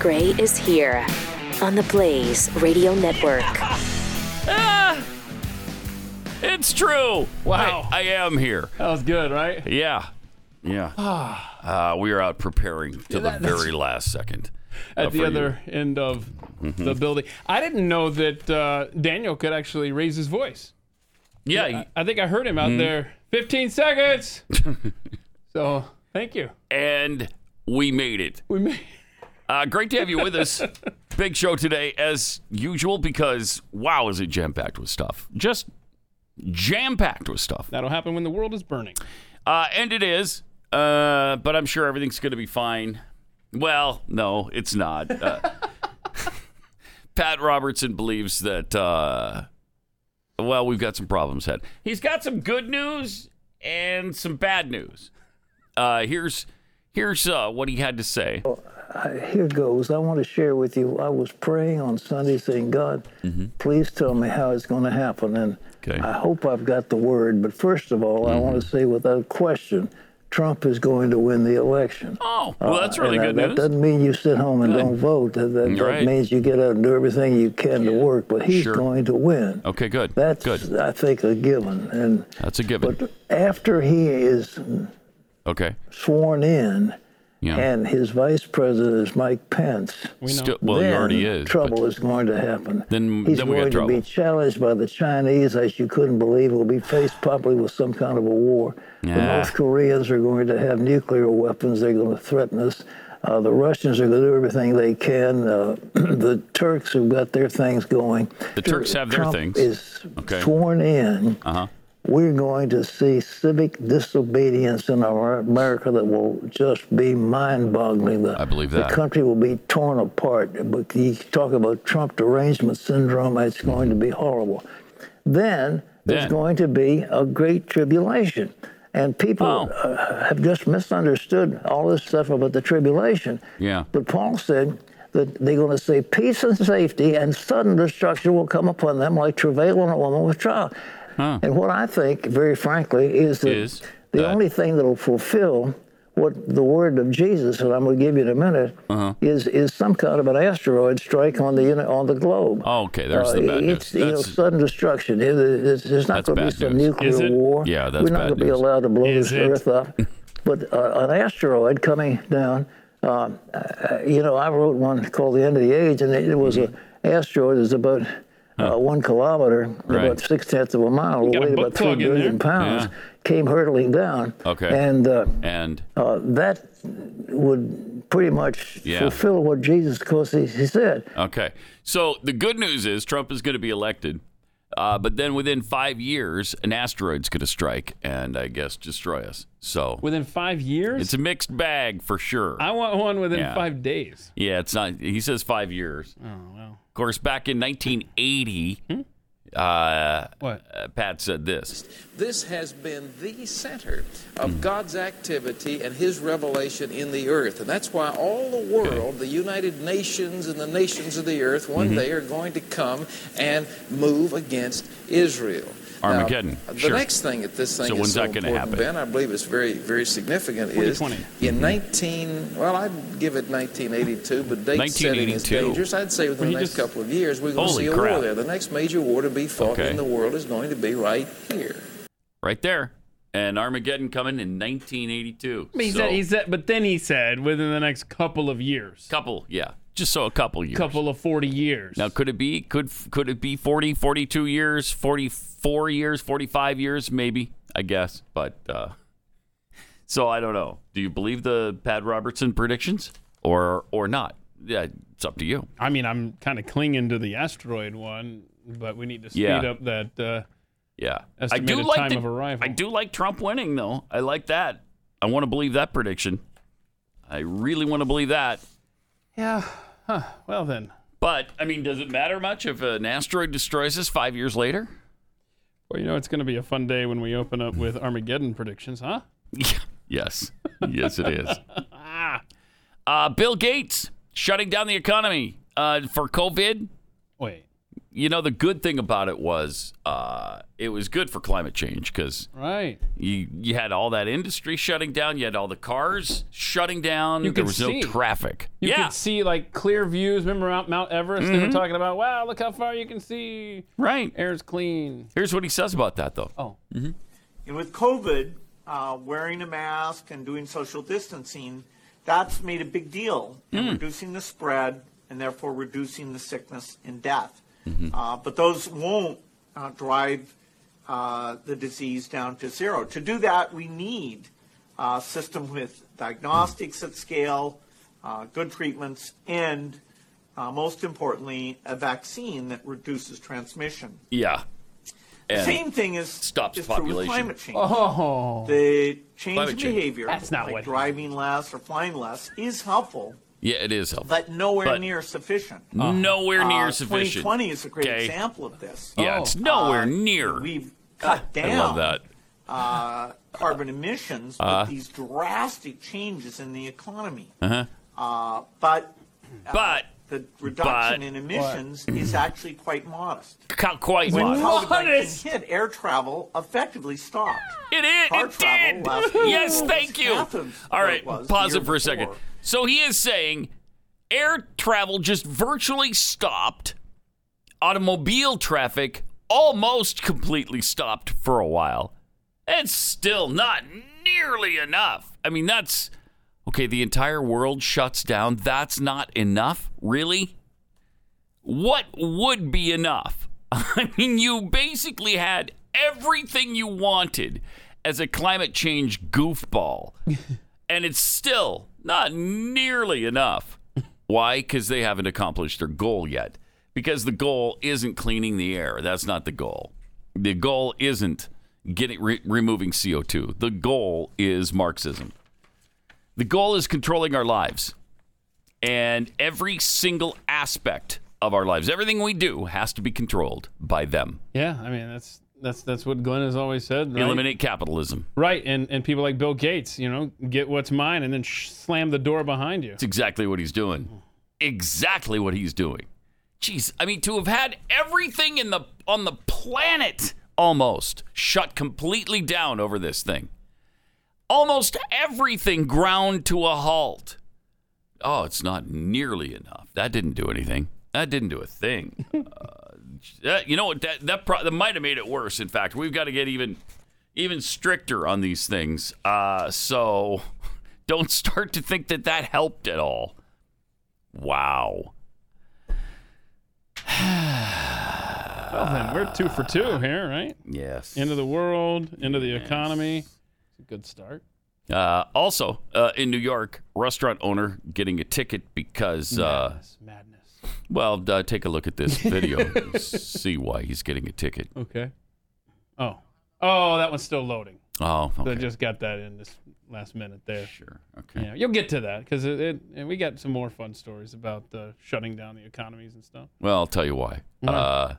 Gray is here on the Blaze Radio Network. Ah! It's true. Wow. I, I am here. That was good, right? Yeah. Yeah. uh, we are out preparing to the that- that's- very last second. uh, At for the you. Mm-hmm. Hmm. other end of the building. I didn't know that uh, Daniel could actually raise his voice. Yeah. I think I heard him Hmm. out there. 15 seconds. so thank you. And we made it. We made. Uh, great to have you with us. Big show today, as usual, because wow, is it jam packed with stuff. Just jam packed with stuff. That'll happen when the world is burning. Uh, and it is, uh, but I'm sure everything's going to be fine. Well, no, it's not. Uh, Pat Robertson believes that, uh, well, we've got some problems ahead. He's got some good news and some bad news. Uh, here's here's uh, what he had to say. Here goes. I want to share with you. I was praying on Sunday saying, God, please tell me how it's going to happen. And Mm-hmm. Okay. Mm-hmm. I hope I've got the word. But first of all, I want to say without question, Trump is going to win the election. Oh, well, that's really And, uh, good that news. doesn't mean you sit home and don't vote. That, that, that Right. means you get out and do everything you can to work. But he's Sure. going to win. Okay, good. That's, good. I think, uh, a given. And That's a given. but after he is okay. sworn in, Yeah. and his vice president is Mike Pence. We know. Still, well, he then already is. but- Trouble is going to happen. Then- he's then we going got trouble. to be challenged by the Chinese, as you couldn't believe. Will be faced probably with some kind of a war. The Yeah. North Koreans are going to have nuclear weapons. They're going to threaten us. Uh, the Russians are going to do everything they can. Uh, the Turks have got their things going. The Turks have their Trump things. Is Okay. sworn in. Uh-huh. We're going to see civic disobedience in our America that will just be mind-boggling. The, I believe that. The country will be torn apart. But you talk about Trump derangement syndrome, it's going to be horrible. Then Then. there's going to be a great tribulation. And people Oh. uh, have just misunderstood all this stuff about the tribulation. Yeah. But Paul said that they're going to say peace and safety, and sudden destruction will come upon them like travail on a woman with child. And what I think, very frankly, is that Is the that- only thing that will fulfill what the word of Jesus, and I'm going to give you in a minute, Uh-huh. is is some kind of an asteroid strike on the uni- on the globe. Oh, Okay, there's the bad news. Oh, it's, You know, That's- sudden destruction. It- it- it's- There's not That's going to be bad some news. Is nuclear it? war. Yeah, that's We're not bad going to be news. allowed to blow Is this it? earth up. But uh, an asteroid coming down. Um, uh, you know, I wrote one called "The End of the Age," and it, it was an Mm-hmm. asteroid. that's about uh, one kilometer, Oh. Right. about six tenths of a mile, got a weighed book about three plug in there. billion pounds. Yeah. Came hurtling down. Okay. And uh, and uh, that would pretty much Yeah. fulfill what Jesus, of course, he, he said. Okay. So the good news is Trump is going to be elected, uh, but then within five years, an asteroid's going to strike and I guess destroy us. So Within five years? it's a mixed bag for sure. I want one within Yeah. five days. yeah, it's not. He says five years. Oh, wow. Of course, back in 1980, uh, uh, What? Pat said this. This has been the center of Hmm. God's activity and His revelation in the earth. And that's why all the world, the United Nations and the nations of the earth, Mm-hmm. one day are going to come and move against Israel. Now, Armageddon, the sure. next thing that this thing So is when's so that gonna important, happen? Mm-hmm. Ben, I believe it's very, very significant, is 2020. in 19, well, I'd give it 1982, but date setting is 1982. dangerous. I'd say within Well, he the next just- couple of years, we're going to Holy see a crap. war there. The next major war to be fought Okay. in the world is going to be right here. right there. And Armageddon coming in 1982. But he So, said, he said, but then he said within the next couple of years. couple, yeah, just so a couple years. Couple of 40 years. Now, could it be could could it be 40, 42 years, 44 years, 45 years maybe, I guess, but uh so I don't know. Do you believe the Pat Robertson predictions or or not? Yeah, it's up to you. I mean, I'm kind of clinging to the asteroid one, but we need to speed Yeah. up that. Uh, Yeah. I do Estimated like time the- of arrival. I do like Trump winning though. I like that. I want to believe that prediction. I really want to believe that. yeah. Huh. Well, then. But I mean, does it matter much if an asteroid destroys us 5 years later? Well, you know, it's going to be a fun day when we open up with Armageddon predictions, huh? yes. Yes, it is. uh, Bill Gates shutting down the economy uh, for COVID. Wait. you know, the good thing about it was uh, it was good for climate change because Right. you you had all that industry shutting down, you had all the cars shutting down. You there could was see. no traffic. You yeah, Mm-hmm. could see like clear views. Remember Mount, Mount Everest? They were talking about, wow, look how far you can see. right. Air's clean. Here's what he says about that, though. Mm-hmm. Oh, And with COVID, uh, wearing a mask and doing social distancing, that's made a big deal Hmm. in reducing the spread and therefore reducing the sickness and death. Uh, but those won't uh, drive uh, the disease down to zero. To do that, we need a system with diagnostics at scale, uh, good treatments, and uh, most importantly, a vaccine that reduces transmission. Yeah. And Same thing is stops is true with population. climate change. oh, The change in Climate change. behavior, That's not like what- driving less or flying less, is helpful, yeah, it is helpful. but nowhere But- Uh-huh. near sufficient. nowhere near Uh, sufficient. 2020 is a great Okay. example of this. Yeah, Oh. it's nowhere near. We've cut down I love that. uh, carbon emissions Uh-huh. with these drastic changes in the economy. Uh-huh. but uh, But the reduction But- in emissions is actually quite modest. ca- quite When modest. COVID-19 Modest? hit, air travel effectively stopped. It is. Car It travel did. last year Yes, was thank you. half of All what right, it was the pause year it for a second. before. So he is saying air travel just virtually stopped. Automobile traffic almost completely stopped for a while. It's still not nearly enough. I mean, that's okay. The entire world shuts down. That's not enough, really. What would be enough? I mean, you basically had everything you wanted as a climate change goofball, and it's still not nearly enough. Why? Because they haven't accomplished their goal yet. Because the goal isn't cleaning the air. That's not the goal. The goal isn't getting re- removing CO2. The goal is Marxism. The goal is controlling our lives and every single aspect of our lives, everything we do, has to be controlled by them. yeah. I mean, that's that's that's what Glenn has always said. Right? Eliminate capitalism. Right, and and people like Bill Gates, you know, get what's mine and then sh- slam the door behind you. It's exactly what he's doing. Exactly what he's doing. Jeez, I mean, to have had everything in the on the planet almost shut completely down over this thing. Almost everything ground to a halt. Oh, it's not nearly enough. That didn't do anything. That didn't do a thing. uh, that- Uh, you know what? That that, pro- that might have made it worse. In fact, we've got to get even even stricter on these things. Uh, so don't start to think that that helped at all. Wow. Well, then we're two for two here, right? Uh, Yes. End of the world, end of the economy. It's a good start. Uh, also, uh, in New York, restaurant owner getting a ticket because, uh, Madness, madness. well, uh, take a look at this video and see why he's getting a ticket. Okay. Oh, oh, that one's still loading. Oh, I okay. just got that in this last minute there. sure. Okay. Yeah, you'll get to that because it, it, and we got some more fun stories about uh, shutting down the economies and stuff. Well, I'll tell you why. Uh,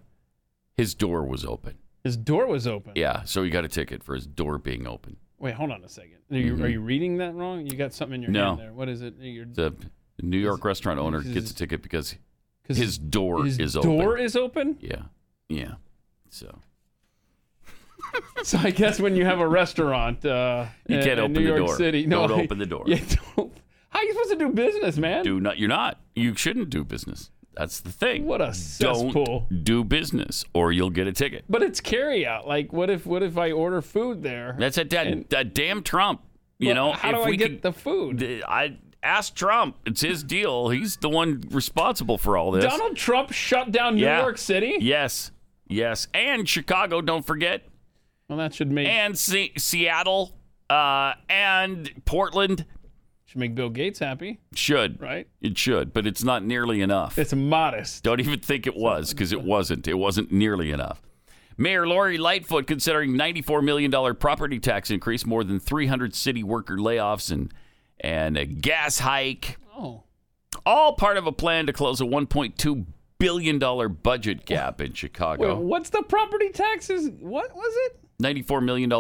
his door was open. Mm-hmm. His door was open. Yeah, so he got a ticket for his door being open. Wait, hold on a second. Are you, are you reading that wrong? You got something in your Mm-hmm. No. hand there. What is it? Your, The New York restaurant owner his- gets a ticket because 'cause his door his is open. door is open. yeah. Yeah. So. So I guess when you have a restaurant, uh, You in- can't in open New the York door. City, no, Don't open the door. Yeah, don't. How are you supposed to do business, man? do not you're not you shouldn't do business that's the thing What a cesspool. don't do business or you'll get a ticket But it's carry out. Like, what if what if I order food there? that's it that, that damn trump you But know how if do I we get could, the food? d- i asked trump it's his deal he's the one responsible for all this Donald Trump shut down New Yeah. York City. yes yes and chicago don't forget Well, that should make and Se- seattle uh, and portland should make Bill Gates happy, should right? it should but it's not nearly enough It's modest. Don't even think it was because it wasn't. It wasn't nearly enough. Mayor Lori Lightfoot considering $94 million property tax increase, more than 300 city worker layoffs, and, and a gas hike. Oh, All part of a plan to close a $1.2 billion budget gap in wait, Chicago. what's the property taxes? What was it? $94 million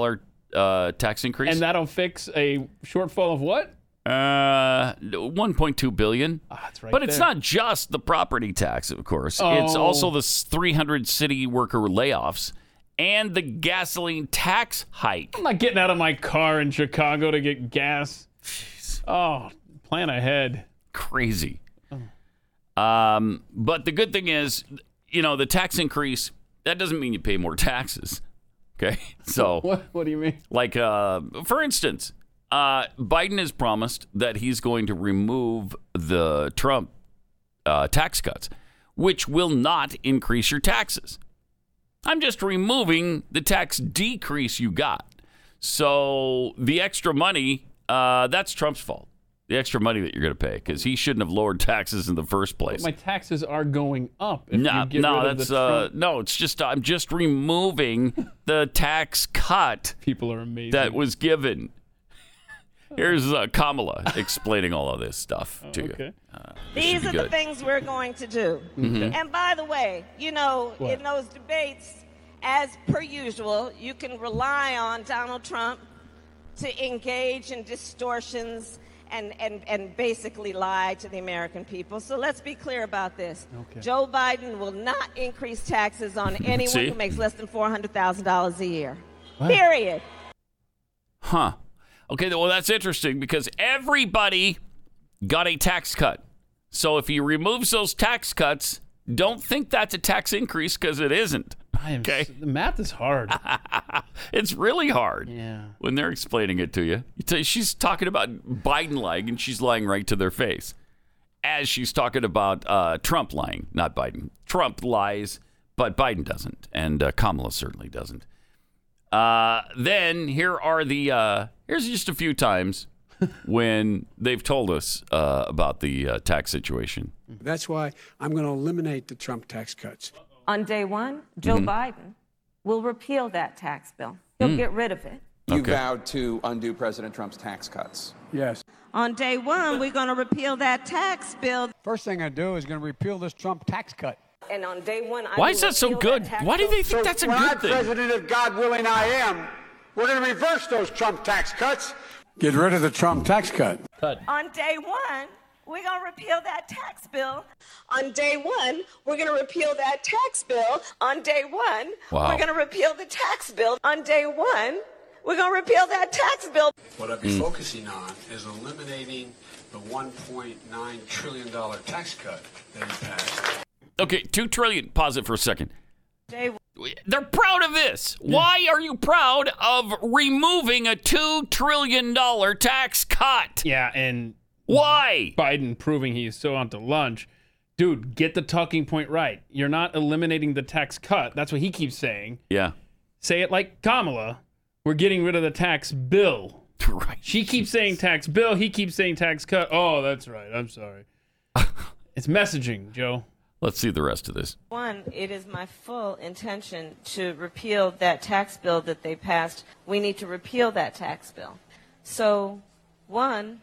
uh, tax increase. And that'll fix a shortfall of what? Uh, 1.2 billion. that's right but it's there. not just the property tax, of course. It's Oh. also the s- 300 city worker layoffs and the gasoline tax hike. I'm not getting out of my car in Chicago to get gas. Oh, plan ahead. Oh. crazy. Um, but the good thing is, you know, the tax increase that doesn't mean you pay more taxes. Okay, so What? What do you mean? like uh, for instance, uh, Biden has promised that he's going to remove the Trump uh, tax cuts, which will not increase your taxes. I'm just removing the tax decrease you got. So the extra money, uh, that's Trump's fault. The extra money that you're going to pay because he shouldn't have lowered taxes in the first place. My taxes are going up. If No, you get no, rid of that's the uh, Trump. no. It's just I'm just removing the tax cut people are amazing. that was given. Here's uh, Kamala explaining all of this stuff to you. Oh, okay. These be are the good. Mm-hmm. things we're going to do. And by the way, you know, in those debates, as per usual, you can rely on Donald Trump to engage in distortions and, and, and basically lie to the American people. So let's be clear about this. Joe Biden will not increase taxes on anyone See? who makes less than $400,000 a year. Period. Huh. Okay. Well, that's interesting because everybody got a tax cut. So if he removes those tax cuts, don't think that's a tax increase because it isn't. I am Okay. s- the math is hard. It's really hard. yeah. when they're explaining it to you. you tell- She's talking about Biden lying, and she's lying right to their face. As she's talking about uh, Trump lying, not Biden. Trump lies, but Biden doesn't, and uh, Kamala certainly doesn't. Uh, then here are the uh, here's just a few times when they've told us uh, about the uh, tax situation. That's why I'm going to eliminate the Trump tax cuts. On day one, Joe Mm-hmm. Biden will repeal that tax bill. He'll Mm. get rid of it. You Okay. vowed to undo President Trump's tax cuts. Yes. On day one, we're going to repeal that tax bill. First thing I do is going to repeal this Trump tax cut. And on day one, I Why will is that so repeal good? tax Why do bill. they think that's a when good I'm thing? president, if God willing I am, we're going to reverse those Trump tax cuts. Get rid of the Trump tax cut. On day one, we're going to repeal that tax bill. On day one, we're going to repeal that tax bill. On day one, Wow. we're going to repeal the tax bill. On day one, we're going to repeal that tax bill. What I'd be focusing on is eliminating the $1.9 trillion tax cut that he passed. Okay, two trillion. Pause it for a second. Day They're proud of this. Why are you proud of removing a two trillion dollar tax cut? Yeah, and Why? Biden proving he is so out to lunch. Dude, get the talking point right. You're not eliminating the tax cut. That's what he keeps saying. Yeah, Say it like Kamala. We're getting rid of the tax bill. right. She keeps saying tax bill. He keeps saying tax cut. Oh, that's right. I'm sorry. it's messaging, Joe. Let's see the rest of this. one, it is my full intention to repeal that tax bill that they passed. We need to repeal that tax bill. So, one,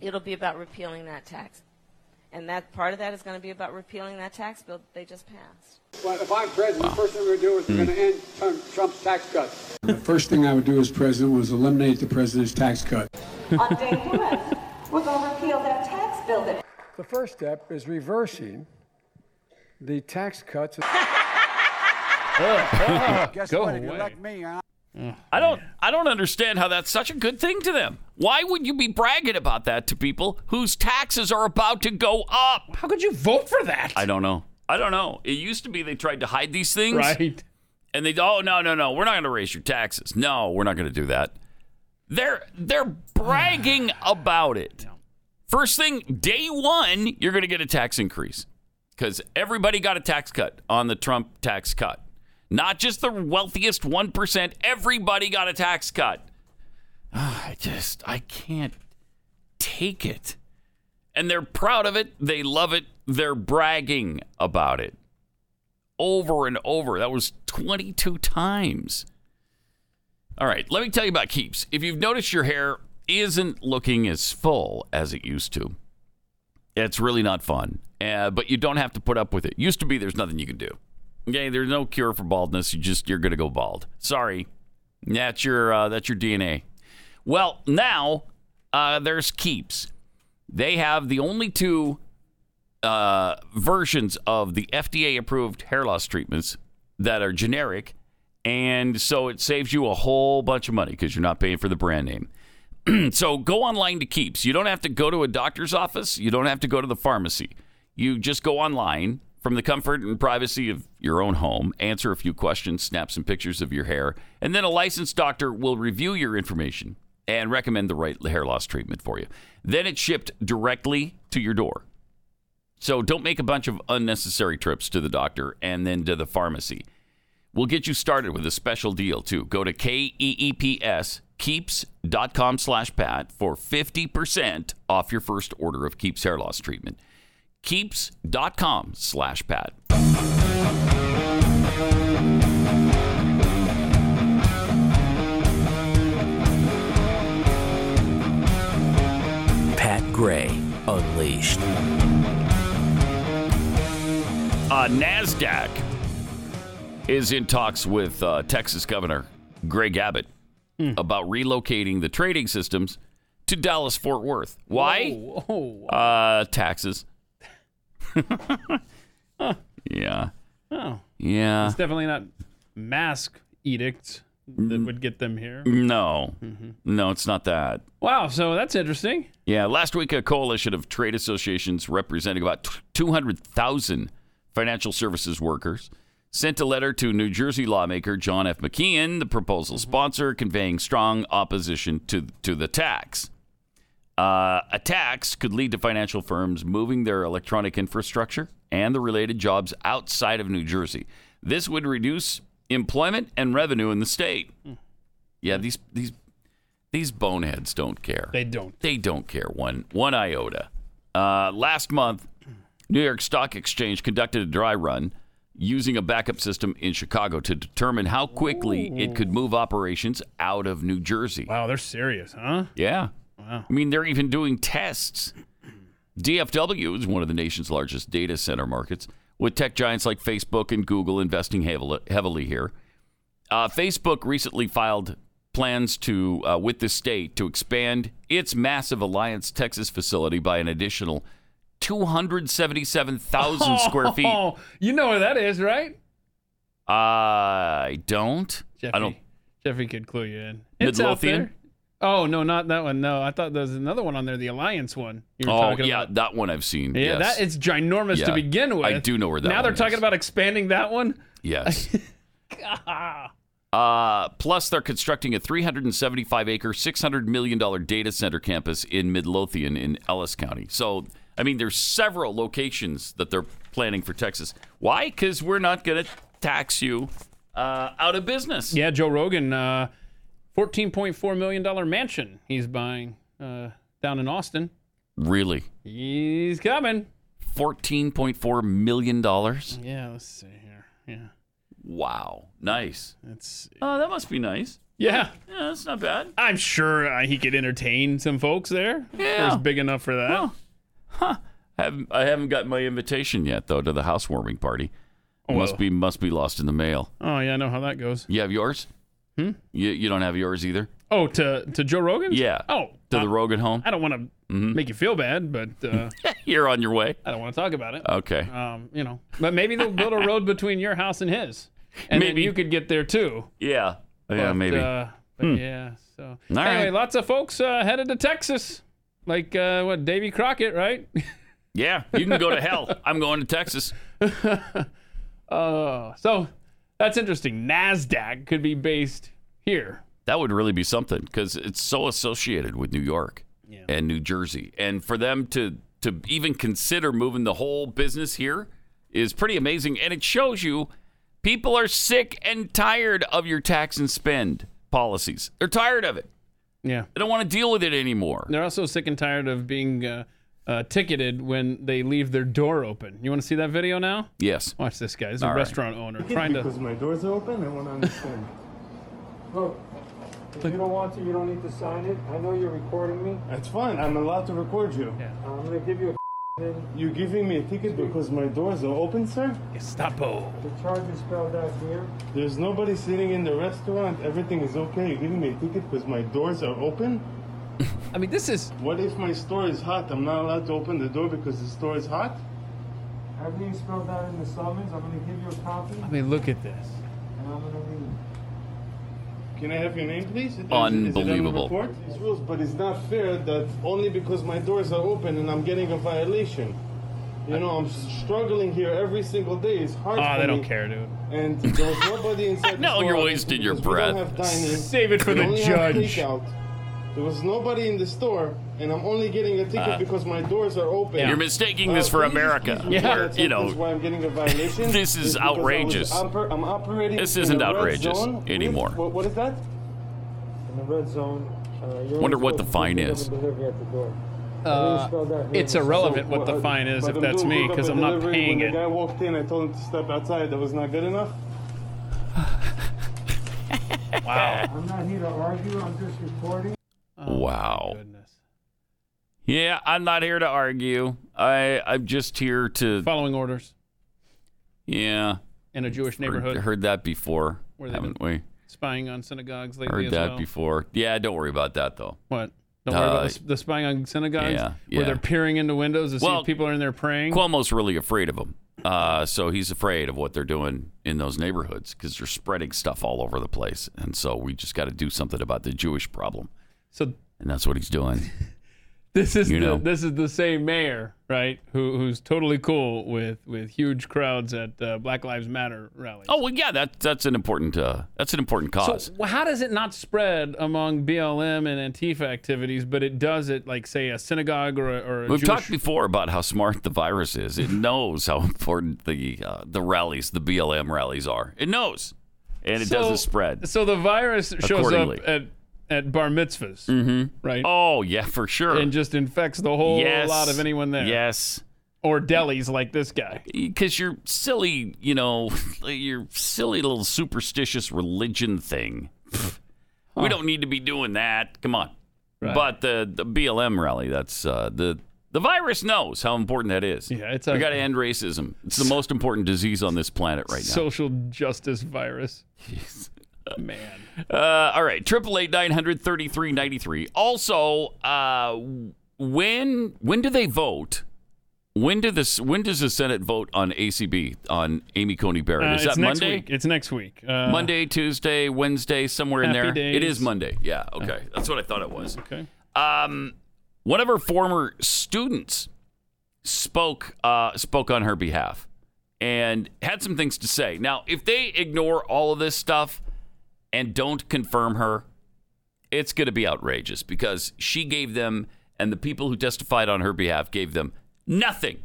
it'll be about repealing that tax. And that part of that is going to be about repealing that tax bill that they just passed. Well, if I'm president, the first thing we're going to do is we're Hmm. going to end Trump's tax cut. The first thing I would do as president was eliminate the president's tax cut. On day one, we're going to repeal that tax bill that The first step is reversing the tax cuts. Guess Go what? If you away. elect me, I- I don't. I don't understand how that's such a good thing to them. Why would you be bragging about that to people whose taxes are about to go up? How could you vote for that? I don't know. I don't know. It used to be they tried to hide these things, Right. and they oh no no no we're not going to raise your taxes. No, we're not going to do that. They're they're bragging about it. First thing, day one, you're going to get a tax increase because everybody got a tax cut on the Trump tax cut. Not just the wealthiest one percent. Everybody got a tax cut. Ah, I just I can't take it. And they're proud of it. They love it. They're bragging about it over and over. That was 22 times. All right, let me tell you about Keeps. If you've noticed your hair isn't looking as full as it used to, it's really not fun, uh, but you don't have to put up with it. Used to be there's nothing you could do. Okay, there's no cure for baldness. You just you're gonna go bald. Sorry, that's your uh, that's your DNA. Well, now uh, there's Keeps. They have the only two uh, versions of the FDA approved hair loss treatments that are generic. And so it saves you a whole bunch of money because you're not paying for the brand name. so go online to Keeps. You don't have to go to a doctor's office, you don't have to go to the pharmacy. You just go online from the comfort and privacy of your own home, answer a few questions, snap some pictures of your hair, and then a licensed doctor will review your information and recommend the right hair loss treatment for you. Then it's shipped directly to your door. So don't make a bunch of unnecessary trips to the doctor and then to the pharmacy. We'll get you started with a special deal too. Go to E K-E-E-P-S keeps.com slash pat for 50% off your first order of Keeps hair loss treatment. Keeps.com slash pat. Pat Gray Unleashed. Uh, NASDAQ is in talks with uh, Texas Governor Greg Abbott Hmm. about relocating the trading systems to Dallas Fort Worth. Why? Whoa. Uh, taxes. yeah. Oh. Yeah. It's definitely not mask edicts that Mm-hmm. would get them here. Mm. No. No, it's not that. Wow, so that's interesting. Yeah, last week a coalition of trade associations representing about t- 200,000 financial services workers sent a letter to New Jersey lawmaker John F. McKeon, the proposal sponsor, conveying strong opposition to to the tax. Uh, a tax could lead to financial firms moving their electronic infrastructure and the related jobs outside of New Jersey. This would reduce employment and revenue in the state. Yeah, these these these boneheads don't care. They don't. They don't care one one iota. Uh, last month, New York Stock Exchange conducted a dry run using a backup system in Chicago to determine how quickly it could move operations out of New Jersey. Wow, they're serious, huh? Yeah. I mean, they're even doing tests. DFW is one of the nation's largest data center markets, with tech giants like Facebook and Google investing heavily heavily here. Uh, Facebook recently filed plans to uh, with the state to expand its massive Alliance, Texas facility by an additional 277,000 square feet. Uh, Oh, you know where that is, right? I don't. Jeffy, I don't. Jeffrey could clue you in. Midlothian? Out there. Oh no, not that one. No, I thought there was another one on there, the Alliance one. You were Oh talking yeah, about. that one I've seen. yeah, yes. that it's ginormous Yeah. to begin with. I do know where that Now they're one talking is. about expanding that one. Yes. Uh, plus, they're constructing a 375 acre, $600 million data center campus in Midlothian in Ellis County. So, I mean, there's several locations that they're planning for Texas. Why? Because we're not going to tax you uh, out of business. Yeah, Joe Rogan, uh, fourteen point four million dollar mansion he's buying uh, down in Austin. Really? He's coming. $14.4 million? Yeah, let's see here. Yeah, Wow. Nice. let's see. Oh, that must be nice. Yeah, Yeah, that's not bad. I'm sure uh, he could entertain some folks there. Yeah. It's big enough for that. Huh. I haven't, I haven't got my invitation yet, though, to the housewarming party. Must Oh, Well. be must be lost in the mail. Oh yeah, I know how that goes. You have yours? Hmm? You, you don't have yours either? Oh, to to Joe Rogan? Yeah. Oh, To I, the Rogan home? Mm-hmm. I don't want to make you feel bad, but uh, You're on your way. I don't want to talk about it. Okay. Um, you know, but maybe they'll build a road between your house and his, and Maybe. then you could get there too. Yeah. Oh, Yeah, But, maybe. Hmm. Uh, but yeah. So All anyway, right. lots of folks uh, headed to Texas, like uh, what Davy Crockett, right? yeah. You can go to hell. I'm going to Texas. uh, so that's interesting. Nasdaq could be based here. That would really be something because it's so associated with New York and New Jersey. And for them to, to even consider moving the whole business here is pretty amazing. And it shows you people are sick and tired of your tax and spend policies. They're tired of it. Yeah. They don't want to deal with it anymore. They're also sick and tired of being uh, uh, ticketed when they leave their door open. You want to see that video now? Yes. Watch this guy. This is a All right. restaurant owner trying to. my doors are open, I want to understand. Look, if you don't want to, you don't need to sign it. I know you're recording me. That's fine. I'm allowed to record you. Yeah. I'm gonna give you a. You're giving me a ticket because my doors are open, sir. Gestapo. The charge is spelled out here. There's nobody sitting in the restaurant. Everything is okay. You're giving me a ticket because my doors are open. I mean, this is. What if my store is hot? I'm not allowed to open the door because the store is hot? Everything spelled out in the summons. I'm going to give you a copy. I mean, look at this. And I'm going to leave. Can I have your name, please? Is it- is it on the Unbelievable. report? These rules, but it's not fair that only because my doors are open and I'm getting a violation. You know, I'm struggling here every single day. It's hard Oh, for they me. don't care, dude. And there was nobody inside. No, the store you're wasting your because we don't breath. have dining. Save it for We the only have judge. takeout. There was nobody in the store, and I'm only getting a ticket Uh, because my doors are open. You're mistaking this for please America, excuse me, where, that's you know, why I'm getting a violation. this is It's because I was outrageous. oper- I'm operating This in isn't a red outrageous zone. anymore. What, what is that? In the red zone. Uh, Wonder what the fine is. Uh, it's irrelevant what uh, the fine is if that's me, because I'm not paying when The guy it. walked in. I told him to step outside. That was not good enough. Wow. I'm not here to argue. I'm just reporting. Oh, wow. Yeah, I'm not here to argue. I I'm just here to Following orders yeah. in a Jewish Heard, neighborhood, heard that before, Where they've haven't we? spying on synagogues lately Heard as that well. before. Yeah, don't worry about that though. What? Don't worry Uh, about the, the spying on synagogues yeah, yeah. where they're peering into windows to see Well, if people are in there praying. Cuomo's really afraid of them. Uh, so he's afraid of what they're doing in those neighborhoods because they're spreading stuff all over the place. And so we just got to do something about the Jewish problem. So And that's what he's doing. this is you the, know. this is the same mayor, right? Who who's totally cool with with huge crowds at uh, Black Lives Matter rallies. oh well, yeah, that that's an important uh, that's an important cause. So uh, wh- how does it not spread among BLM and Antifa activities, but it does at like say a synagogue or a, or a We've Jewish talked before about how smart the virus is. It knows how important the uh, the rallies, the BLM rallies, are. It knows, and it So- doesn't spread. So the virus shows up Accordingly. at at bar mitzvahs, right? Oh yeah, for sure. And just infects the whole yes, lot of anyone there, Yes, or delis like this guy. because your silly, you know, your silly little superstitious religion thing. Pfft. We don't need to be doing that. Come on. But the the BLM rally, that's uh, the the virus knows how important that is. Yeah, it's we a- got to end racism. It's the most important disease on this planet right now. Social justice virus. Man. Uh, all right, triple eight nine hundred thirty three ninety three. Also, uh, when when do they vote? When do this? When does the Senate vote on ACB on Amy Coney Barrett? Uh, Is it's that next Monday? Week. It's next week. Uh, Monday, Tuesday, Wednesday, somewhere in Happy there. It days. is Monday. Yeah. Okay, that's what I thought it was. Okay. Um, one of her former students spoke uh, spoke on her behalf and had some things to say. Now, if they ignore all of this stuff and don't confirm her, it's going to be outrageous because she gave them and the people who testified on her behalf gave them nothing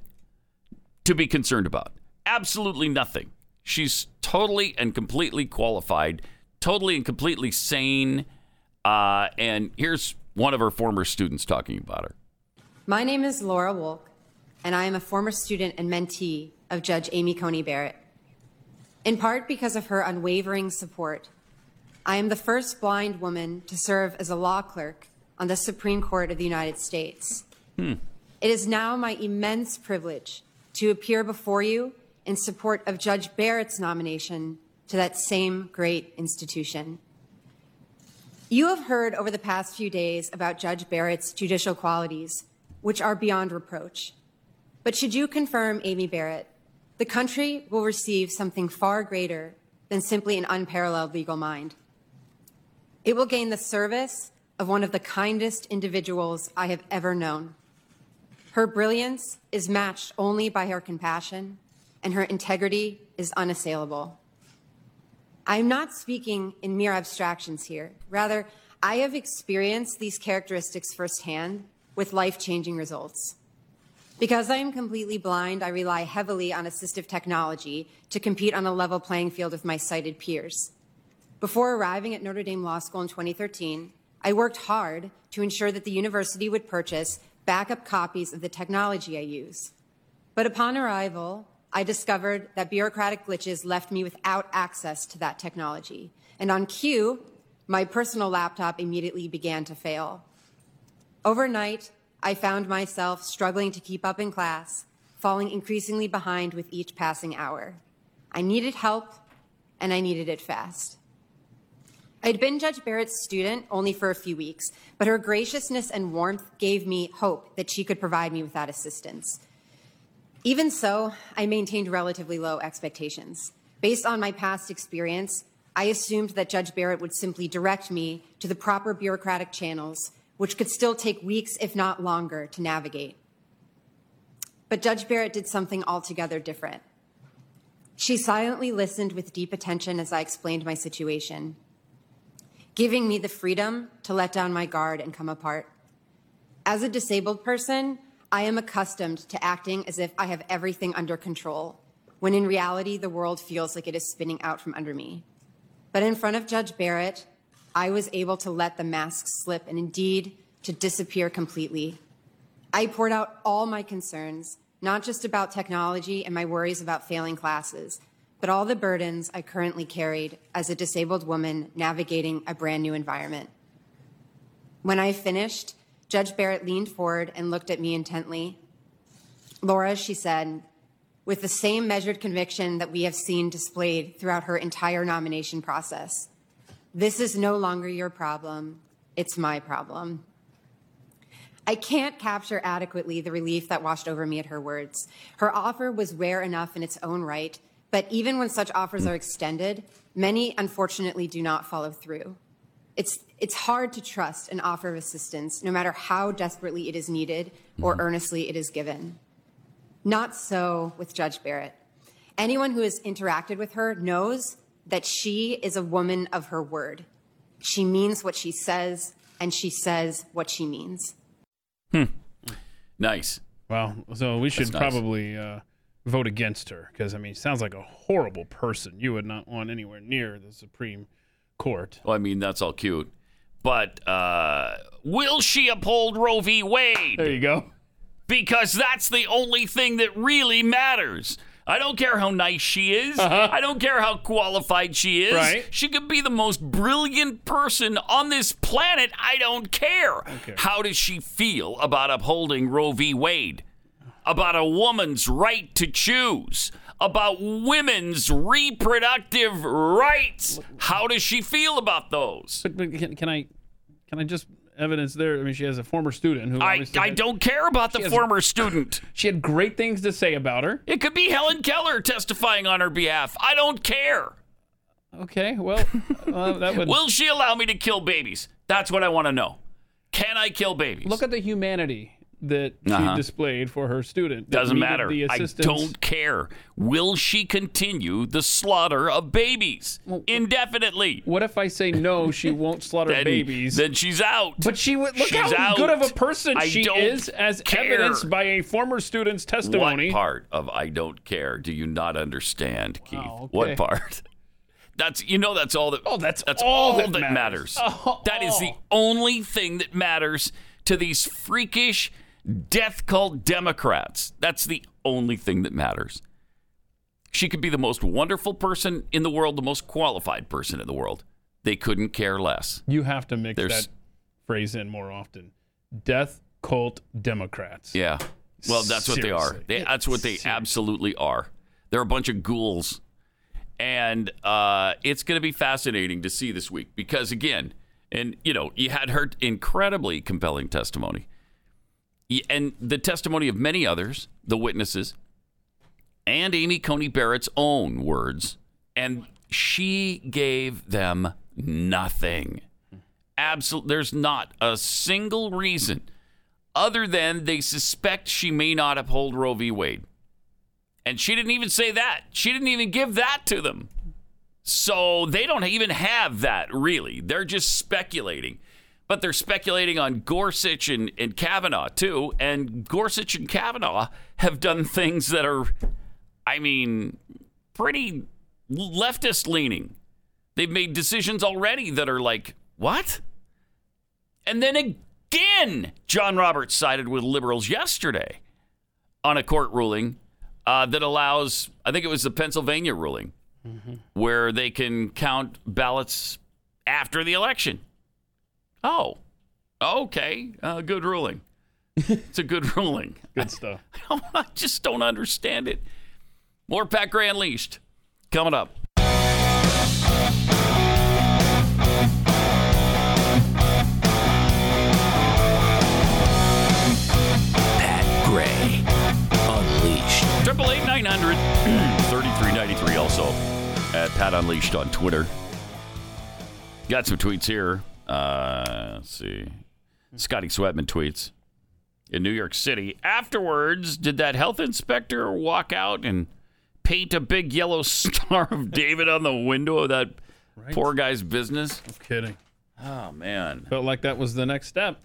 to be concerned about. Absolutely nothing. She's totally and completely qualified, totally and completely sane. Uh, and here's one of her former students talking about her. My name is Laura Wolk, and I am a former student and mentee of Judge Amy Coney Barrett. In part because of her unwavering support, I am the first blind woman to serve as a law clerk on the Supreme Court of the United States. Hmm. It is now my immense privilege to appear before you in support of Judge Barrett's nomination to that same great institution. You have heard over the past few days about Judge Barrett's judicial qualities, which are beyond reproach. But should you confirm Amy Barrett, the country will receive something far greater than simply an unparalleled legal mind. It will gain the service of one of the kindest individuals I have ever known. Her brilliance is matched only by her compassion, and her integrity is unassailable. I am not speaking in mere abstractions here. Rather, I have experienced these characteristics firsthand with life changing results. Because I am completely blind, I rely heavily on assistive technology to compete on a level playing field with my sighted peers. Before arriving at Notre Dame Law School in 2013, I worked hard to ensure that the university would purchase backup copies of the technology I use. But upon arrival, I discovered that bureaucratic glitches left me without access to that technology. And on cue, my personal laptop immediately began to fail. Overnight, I found myself struggling to keep up in class, falling increasingly behind with each passing hour. I needed help, and I needed it fast. I'd been Judge Barrett's student only for a few weeks, but her graciousness and warmth gave me hope that she could provide me with that assistance. Even so, I maintained relatively low expectations. Based on my past experience, I assumed that Judge Barrett would simply direct me to the proper bureaucratic channels, which could still take weeks, if not longer, to navigate. But Judge Barrett did something altogether different. She silently listened with deep attention as I explained my situation, giving me the freedom to let down my guard and come apart. As a disabled person, I am accustomed to acting as if I have everything under control, when in reality, the world feels like it is spinning out from under me. But in front of Judge Barrett, I was able to let the mask slip and indeed to disappear completely. I poured out all my concerns, not just about technology and my worries about failing classes, but all the burdens I currently carried as a disabled woman navigating a brand new environment. When I finished, Judge Barrett leaned forward and looked at me intently. Laura, she said, with the same measured conviction that we have seen displayed throughout her entire nomination process, this is no longer your problem, it's my problem. I can't capture adequately the relief that washed over me at her words. Her offer was rare enough in its own right, but even when such offers are extended, many unfortunately do not follow through. It's, it's hard to trust an offer of assistance, no matter how desperately it is needed or earnestly it is given. Not so with Judge Barrett. Anyone who has interacted with her knows that she is a woman of her word. She means what she says, and she says what she means. Nice. Wow. So we should nice. probably uh, vote against her because I mean, sounds like a horrible person. You would not want anywhere near the Supreme Court. Well, I mean, that's all cute. But uh, will she uphold Roe v. Wade? There you go. Because that's the only thing that really matters. I don't care how nice she is. Uh-huh. I don't care how qualified she is. Right. She could be the most brilliant person on this planet. I don't care. How does she feel about upholding Roe v. Wade? About a woman's right to choose? About women's reproductive rights? How does she feel about those? But, but can, can I can I just evidence there? I mean, she has a former student who I, obviously I had- don't care about the She has- former student. She had great things to say about her. It could be Helen Keller testifying on her behalf. I don't care. Okay, well, uh, that would Will she allow me to kill babies? That's what I want to know. Can I kill babies? look at the humanity that Uh-huh. she displayed for her student. that Doesn't needed matter. The I assistance. don't care. Will she continue the slaughter of babies indefinitely? What if I say no? She won't slaughter Then- babies. Then she's out. But she would look She's how out. good of a person I she don't is, as care. evidenced by a former student's testimony. What part of I don't care do you not understand, Keith? Oh, okay. What part? That's you know that's all that Oh, that's that's all all, that that, matters. matters. Oh. That is the only thing that matters to these freakish death cult Democrats. That's the only thing that matters. She could be the most wonderful person in the world, the most qualified person in the world. They couldn't care less. You have to mix There's- that phrase in more often. Death cult Democrats. Yeah. Well, that's what they Seriously. are. They, that's what they absolutely are. They're a bunch of ghouls. And uh, it's going to be fascinating to see this week because, again, and you know, you had her incredibly compelling testimony Y- and the testimony of many others, the witnesses, and Amy Coney Barrett's own words. And she gave them nothing. Absolutely. There's not a single reason other than they suspect she may not uphold Roe v. Wade. And she didn't even say that. She didn't even give that to them. So they don't even have that, really. They're just speculating. But they're speculating on Gorsuch and, and Kavanaugh, too. And Gorsuch and Kavanaugh have done things that are, I mean, pretty leftist leaning. They've made decisions already that are like, what? And then again, John Roberts sided with liberals yesterday on a court ruling uh, that allows, I think it was the Pennsylvania ruling, Mm-hmm. where they can count ballots after the election. Oh, okay. Uh, good ruling. it's a good ruling. Good stuff. I just don't understand it. More Pat Gray Unleashed coming up. Pat Unleashed on Twitter. Got some tweets here. Uh, let's see. Scotty Sweatman tweets in New York City. Afterwards, did that health inspector walk out and paint a big yellow star of David on the window of that poor guy's business? No kidding. Oh man, felt like that was the next step.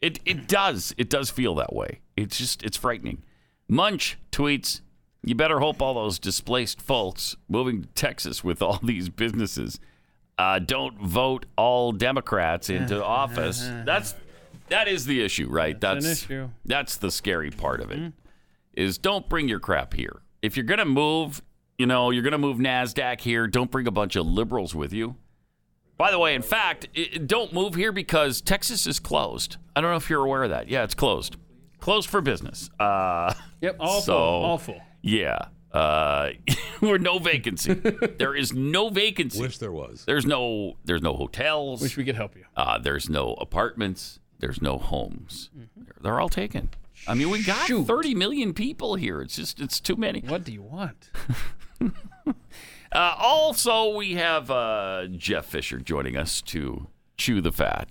It it does. It does feel that way. It's just it's frightening. Munch tweets, "You better hope all those displaced folks moving to Texas with all these businesses uh, don't vote all Democrats into office." That's that is the issue, right? Mm-hmm. That's That's an issue. Mm-hmm. That's the scary part of it. Is don't bring your crap here. If you're gonna move, you know, you're gonna move Nasdaq here. Don't bring a bunch of liberals with you. By the way, in fact, i- i- don't move here because Texas is closed. I don't know if you're aware of that. Yeah, it's closed. Closed for business. Uh, yep, awful, So, awful. Yeah. Uh, we're no vacancy. there is no vacancy. Wish there was. There's no. There's no hotels. Wish we could help you. Uh, there's no apartments. There's no homes. Mm-hmm. They're, they're all taken. I mean, we got 30 million people here. It's just, uh, it's too many. What do you want? Uh, also, we have uh, Jeff Fisher joining us to chew the fat.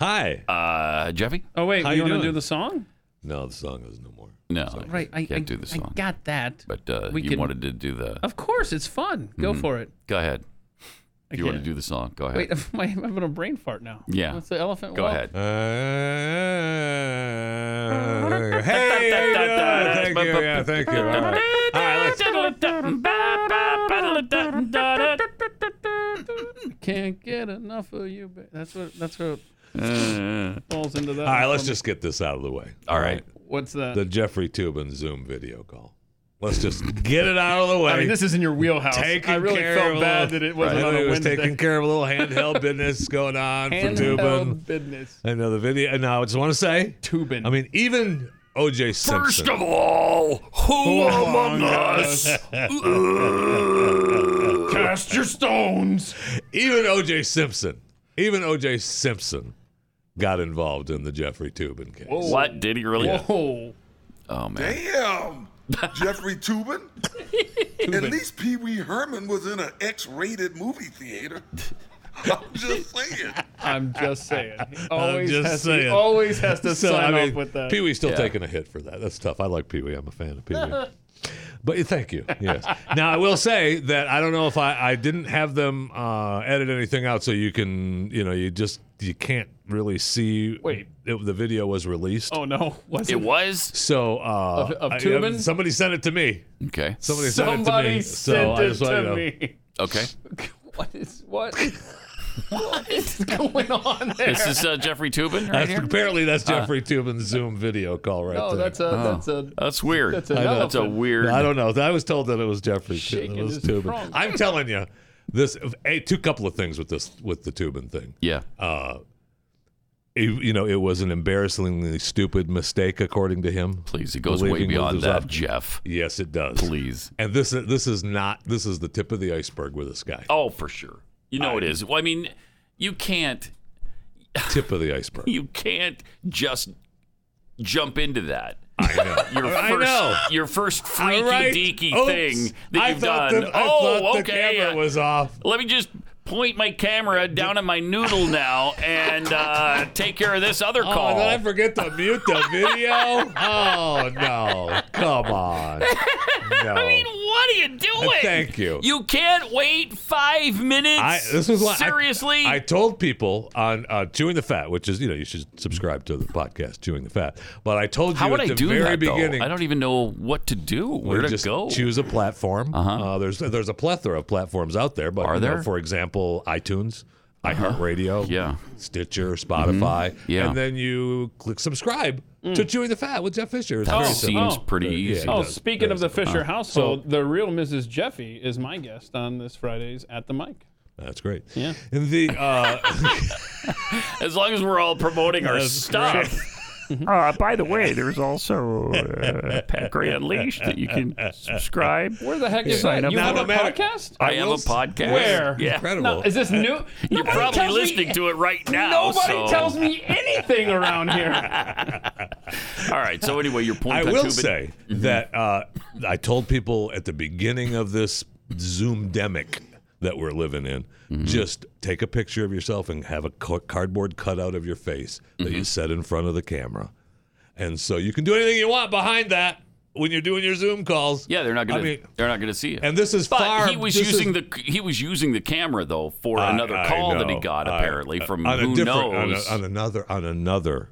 Hi, uh, Jeffy. Oh wait, How you, you want to doing? do the song? No, the song is no more. No, Right, I can't do I, the I song. got that. but uh, we you can- wanted to do the. Of course, it's fun. Go Mhm. for it. Go ahead. If you want to can't. do the song, go ahead. Wait, I'm having a brain fart now. Yeah. What's the elephant? Go walk? ahead. Uh, Hey, how you doing? thank you. Yeah, thank you. All right. All right, let's- Can't get enough of you. Ba- that's what. That's what falls into that. All right, let's one. just get this out of the way. Uh, All right. What's that? The Jeffrey Tubin Zoom video call. Let's just get it out of the way. I mean, this is in your wheelhouse. Taking I really care of felt a bad little- that it wasn't Right. on a It was Wednesday. taking care of a little handheld business going on for Tubin. Handheld business. I know the video. And now I just want to say, Tubin. I mean, even OJ Simpson. First of all, who among us? Cast your stones. Even OJ Simpson. Even OJ Simpson got involved in the Jeffrey Tubin case. What did he really? Yeah. Whoa. Oh man. Damn, Jeffrey Tubin. At least Pee Wee Herman was in an X-rated movie theater. I'm just saying. I'm just saying. He always just has To, he saying. always has to So, sign I off mean, with that. Pee Wee's still Yeah. taking a hit for that. That's tough. I like Pee Wee. I'm a fan of Pee Wee. But uh, thank you. Yes. now I will say that I don't know if I, I didn't have them uh, edit anything out, so you can you know you just you can't really see. Wait. it, the video was released. Oh no, was It was. So uh, Of- of I- Tubin? somebody sent it to me. Okay. Somebody sent it to Somebody me. sent so I it just want you to know. me. Okay. What is what? what is going on there? This is uh, Jeffrey Tubin right That's, here. apparently that's Uh, Jeffrey Tubin's Zoom video call right No, there. that's a that's a That's weird. That's That's, an a elephant. weird. Oh. I don't know. I was told that it was Jeffrey. Tubin. Shaking It was his Tubin. trunk. I'm telling you, this a two couple of things with this with the Tubin thing. Yeah. Uh, it- you know, it was an embarrassingly stupid mistake, according to him. Please, it goes way Believing beyond Luther's that, off- Jeff. Yes, it does. Please. And this is this is not this is the tip of the iceberg with this guy. Oh, for sure. You know it is. Well, I mean, you can't. Tip of the iceberg. You can't just jump into that. I know. Your first, I know. Your first freaky right. deaky Oops. thing that I you've thought done. the- I oh, thought the okay. camera uh, was off. Let me just point my camera down at my noodle now and uh, take care of this other Oh, call. did I forget to mute the video? Oh no! Come on. Uh, No. Uh, I mean, what are you doing? Thank you. You can't wait five minutes. I, this was why I- seriously. I, told people on uh, chewing the fat, which is you know you should subscribe to the podcast chewing the fat. But I told you How would at I the do very that? though? beginning. I don't even know what to do. Where we to just go? Uh-huh. choose a platform. Uh, there's there's a plethora of platforms out there, but Are you know, there? Uh-huh. for example, iTunes, iHeartRadio, Yeah. Mm-hmm. Stitcher, Spotify, Yeah. Mm. and then you click subscribe to Chewing the Fat with Jeff Fisher. It's That very simple. seems oh. pretty Yeah, easy. it Mm. Oh, does. Uh-huh. speaking of the Fisher household, So- the real Mrs. Jeffy is my guest on this Friday's at the mic. That's great. Yeah. And the uh, As long as we're all promoting our That's stuff. Uh, by the way, there's also uh, Pat Gray Unleashed that you can subscribe. Where the heck is Sign that? up You now. have No a matter- podcast? I have a will s- podcast. Where? Yeah. Uh, incredible. Is this new? You're Nobody probably tells me- listening to it right now. Nobody so- tells me anything around here. All right. So anyway, your point. I on will Tubin- say Mm-hmm. that uh, I told people at the beginning of this Zoom demic that we're living in. Mm-hmm. Just take a picture of yourself and have a ca- cardboard cutout of your face that Mm-hmm. you set in front of the camera. And so you can do anything you want behind that when you're doing your Zoom calls. Yeah, they're not gonna. I mean, they're not gonna see it. and this is But far. he was this is- using the he was using the camera though for I- another I call that he know. got I- apparently uh, from on a who different- on a- knows. on another on another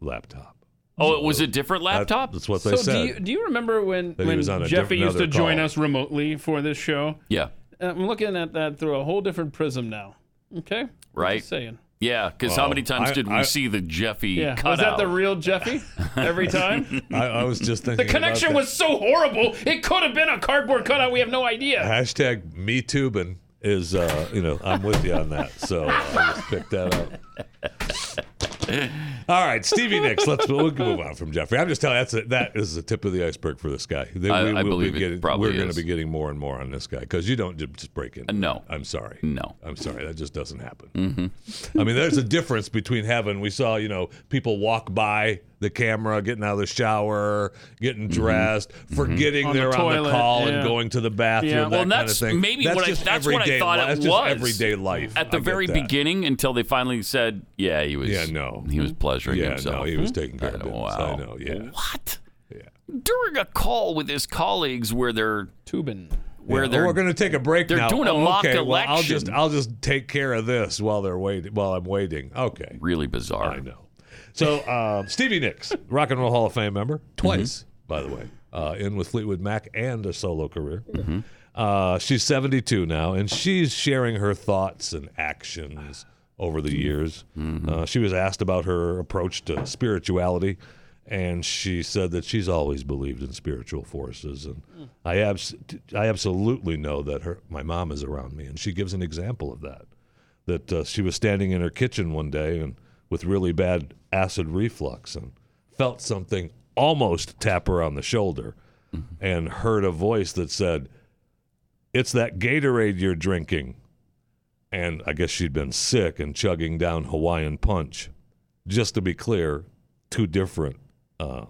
laptop. oh, it was a different laptop. That's what they so said. do you, do you remember when, That he when was on a Jeffy different- used to another join call. us remotely for this show? yeah, I'm looking at that through a whole different prism now. Okay? right. Just saying. Yeah, because how Wow. many times Oh, I- did we I- see the Jeffy Yeah. cutout? Was that the real Jeffy every time? I, I was just thinking. The connection about was so horrible. It could have been a cardboard cutout. We have no that. idea. hashtag me tubing is uh you know I'm with you on that. So uh, I just picked that up. All right, Stevie Nicks. Let's we'll move on from Jeffrey. I'm just telling that's a, that is the tip of the iceberg for this guy. That I- I will believe it be getting, probably we're going is. to be getting more and more on this guy because you don't ju- just break in. No. I'm sorry. No. I'm sorry. That just doesn't happen. Mm-hmm. I mean, there's a difference between having we saw, you know, people walk by the camera, getting out of the shower, getting Mm-hmm. dressed, forgetting On the they're on toilet, the call yeah. and going to the bathroom. Yeah. that Well, kind that's of thing. maybe that's what I- just that's what I everyday thought li- it was. that's Just everyday life at the I get very that. beginning until they finally said, "Yeah, he was." Yeah, no. he was pleasuring Yeah, himself. Uh, no, he was taking care of business. wow. I know. Yeah. What? During a call with his colleagues, where they're tubing, where Yeah, oh, they're we're going to take a break they're now. doing a Oh, mock okay, Well, I'll election. just I'll just take care of this while they're waiting while I'm waiting. Okay. really bizarre. I know. So uh, Stevie Nicks, Rock and Roll Hall of Fame member, twice by the way, uh, in with Fleetwood Mac and a solo career. Uh, she's 72 now, and she's sharing her thoughts and actions over the years. Uh, she was asked about her approach to spirituality, and she said that she's always believed in spiritual forces. And I, abs- I absolutely know that her my mom is around me, and she gives an example of that that uh, she was standing in her kitchen one day and with really bad acid reflux and felt something almost tap her on the shoulder Mm-hmm. and heard a voice that said it's that Gatorade you're drinking and I guess she'd been sick and chugging down Hawaiian punch just to be clear two different uh,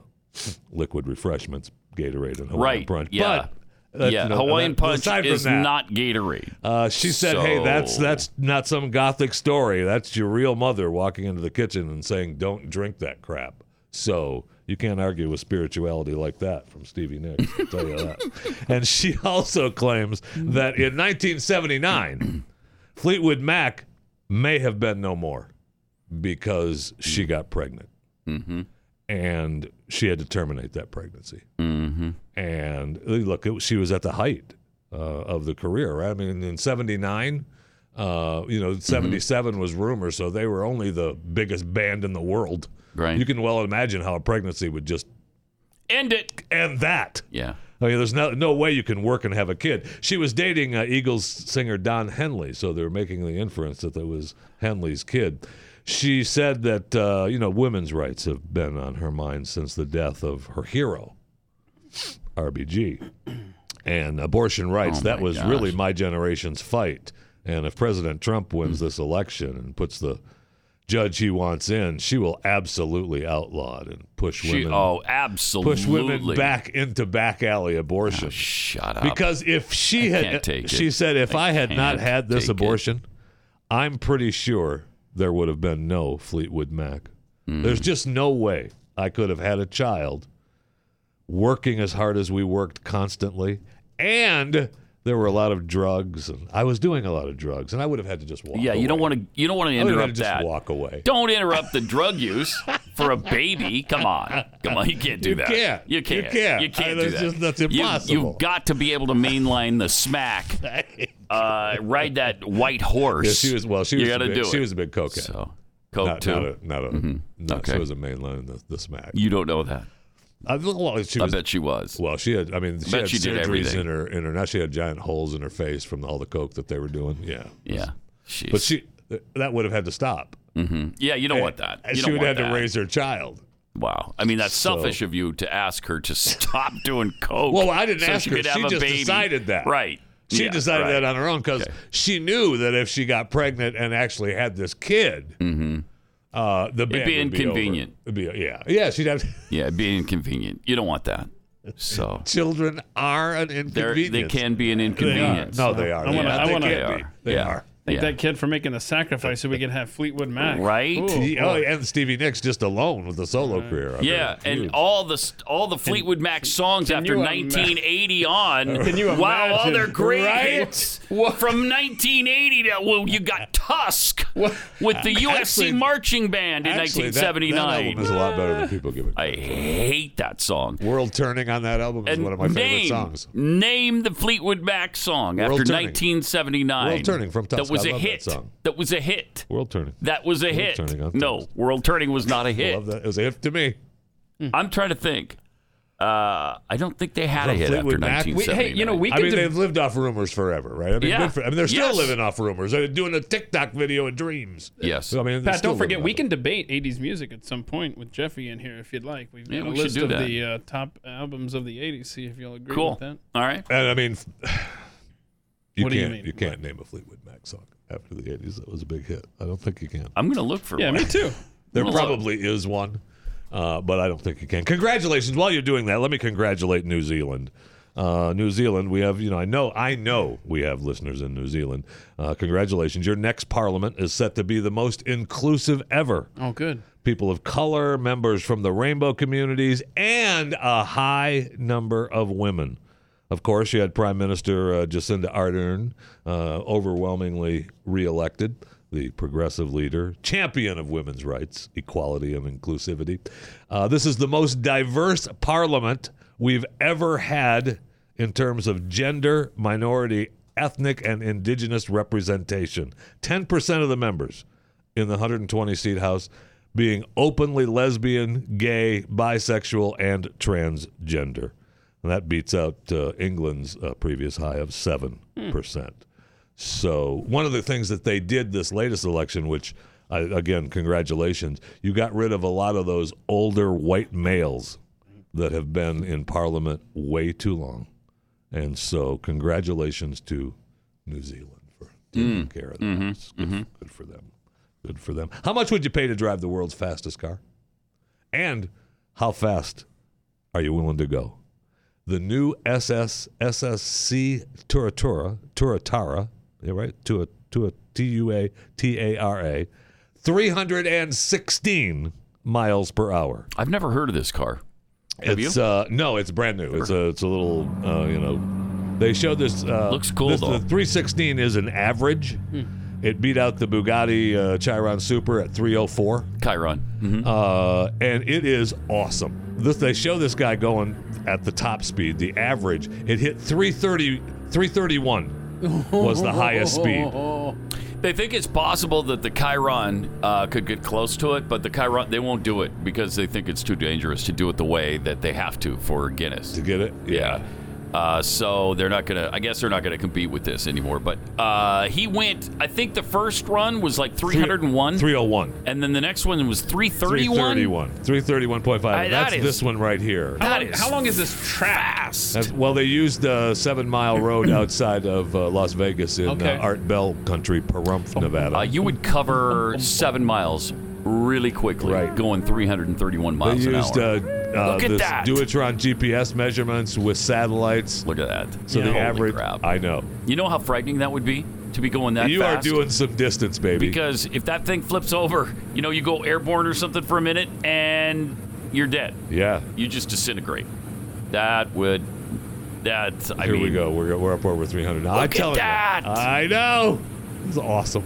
liquid refreshments Gatorade and Hawaiian right. punch Yeah. but uh, that's- yeah. no, Hawaiian that- Punch aside from is that- not Gatorade. uh, she said, "Hey, that's So- that's not some gothic story. That's your real mother walking into the kitchen and saying, "Don't drink that crap." So you can't argue with spirituality like that from Stevie Nicks. I'll tell you that. and she also claims that in 1979, Fleetwood Mac may have been no more because she got pregnant Mm-hmm. and she had to terminate that pregnancy Mm-hmm. and uh, look, it, was- she was at the height uh, of the career. Right? I mean, in '79, uh, you know, '77 was rumor, so they were only the biggest band in the world. Right. You can well imagine how a pregnancy would just End it. end that. Yeah. I mean, there's no no way you can work and have a kid. She was dating uh, Eagles singer Don Henley, so they're making the inference that that was Henley's kid. She said that uh, you know women's rights have been on her mind since the death of her hero, RBG, and abortion rights. Oh that my was gosh. really my generation's fight. And if President Trump wins this election and puts the judge he wants in, she will absolutely outlaw it and push She, women oh, absolutely. Ah, push women back into back alley abortion. Shut up. because if she I had, can't take she it. said, if I, had not can't had take this it. abortion, I'm pretty sure there would have been no Fleetwood Mac. Hmm. There's just no way I could have had a child working as hard as we worked constantly. And there were a lot of drugs, and I was doing a lot of drugs, and I would have had to just walk. yeah, you don't want to. You don't want to I would have had interrupt to just that. walk away. Don't interrupt the drug use for a baby. Come on, come on. You can't do You that. can't. You You can't. can't. You can't I- do that's that. just- that's You- impossible. you've got to be able to mainline the smack. Uh, ride that white horse. Yeah, she was well. She you was a gotta big, do She it. was a big cokehead. So, coke not, too. Mm-hmm. Not a, not a not, Okay. She was a mainline the, the smack. you don't know that. I, well, she I was, bet she was. well, she had. I mean, she bet had she did surgeries everything. in her in her. Now she had giant holes in her face from all the coke that they were doing. Yeah, Yeah. but Jeez. she th- that would have had to stop. Mm-hmm. Yeah, you don't want that. And You she don't want would have had that. to raise her child. Wow. I mean, that's So- selfish of you to ask her to stop doing coke. Well, I didn't so ask she her. Could have She a just baby. decided that. Right. She Yeah, decided right. that on her own because she knew that if she got pregnant and actually had this kid, uh, the Mm-hmm. band be would inconvenient. Be over. It'd be- yeah, yeah, she'd have. Yeah, it'd be inconvenient. You don't want that. So children are an They're- inconvenience. They can be an inconvenience. No, they are. I want to. Yeah, I they want can to. be. They are. Thank Yeah. that kid for making the sacrifice so we could have Fleetwood Mac. Ooh. Yeah, oh, and Stevie Nicks just alone with a solo career. I mean, Yeah, it's and huge. all the all the Fleetwood Mac songs can after you ima- 1980 on. Can you Wow, all imagine? their great Right? hits from 1980. To, well, you got Tusk with the UFC Actually- marching band in Actually, that- 1979. That, album is a lot better than people give it. I hate that song. World Turning on that album is And one of my favorite name, songs. Name the Fleetwood Mac song World after Turning. 1979. World Turning from Tusk. That was I a love that hit. song. That was a hit. World Turning. That was a World hit. Turning on no, World Turning was not a hit. love that. It was a hit to me. I'm trying to think. Uh, I don't think they had a hit Fleetwood after Mac. 1979. I mean, they've lived off rumors forever, right? I mean, Yeah. good for, I mean they're still Yes. living off rumors. They're doing a TikTok video of dreams. Yes. I mean, they're Pat, still don't forget living we off can debate '80s music at some point with Jeffy in here if you'd like. We've Yeah, got a we should list do of that. the uh, top albums of the '80s. See if y'all agree with that. All right. And I mean, you What do you can't you, mean? can't name a Fleetwood Mac song after the '80s. That was a big hit. I don't think you can. I'm gonna look for Yeah, one. me too. There I'm gonna look. probably is one, uh, but I don't think you can. Congratulations! While you're doing that, let me congratulate New Zealand. Uh, New Zealand, we have you know I know I know we have listeners in New Zealand. Uh, congratulations! Your next parliament is set to be the most inclusive ever Oh, good. people of color, members from the rainbow communities, and a high number of women. Of course, you had Prime Minister uh, Jacinda Ardern uh, overwhelmingly reelected, the progressive leader, champion of women's rights, equality, and inclusivity. Uh, this is the most diverse parliament we've ever had in terms of gender, minority, ethnic, and indigenous representation. 10% of the members in the 120 seat house being openly lesbian, gay, bisexual, and transgender. And that beats out uh, England's uh, previous high of 7%. So, one of the things that they did this latest election, which I, again, congratulations, you got rid of a lot of those older white males that have been in parliament way too long. And so, congratulations to New Zealand for taking care of that. It's good, good for them. Good for them. How much would you pay to drive the world's fastest car? And how fast are you willing to go? The new SS SSC Turatura Turatara, yeah, right? Tua Tua T U A T A R A, 316 miles per hour. I've never heard of this car. Have it's you? uh no, it's brand new. It's a it's a little uh, you know, they showed this uh Looks cool, this- though. The 316 is an average. Hmm. It beat out the Bugatti uh, Chiron Super at 304. Chiron. Mm-hmm. Uh, and it is awesome. This, they show this guy going at the top speed, the average. It hit 330, 331 was the highest speed. They think it's possible that the Chiron uh, could get close to it, but the Chiron they won't do it because they think it's too dangerous to do it the way that they have to for Guinness to get it. Yeah. Uh, so they're not gonna. I guess they're not gonna compete with this anymore. But uh, he went. I think the first run was like 301, 301, and then the next one was 331. 331. 331.5. Hey, that That's is- this one right here. That is How long is this track? That's- well, they used the Seven Mile Road outside of uh, Las Vegas in Okay. uh, Art Bell Country, Pahrump, Nevada. Uh, you would cover seven miles really quickly, going 331 miles they an used, hour. Uh, uh, Look at this that. Duotron GPS measurements with satellites. Look at that. So Yeah. the Holy average. I know. you know how frightening that would be to be going that you fast? are doing some distance, baby. because if that thing flips over, you know, you go airborne or something for a minute and you're dead. yeah. You just disintegrate. That would. That I Here mean, we go. We're, we're up over 300 now. I'm Look at telling that. you. I know. It's awesome.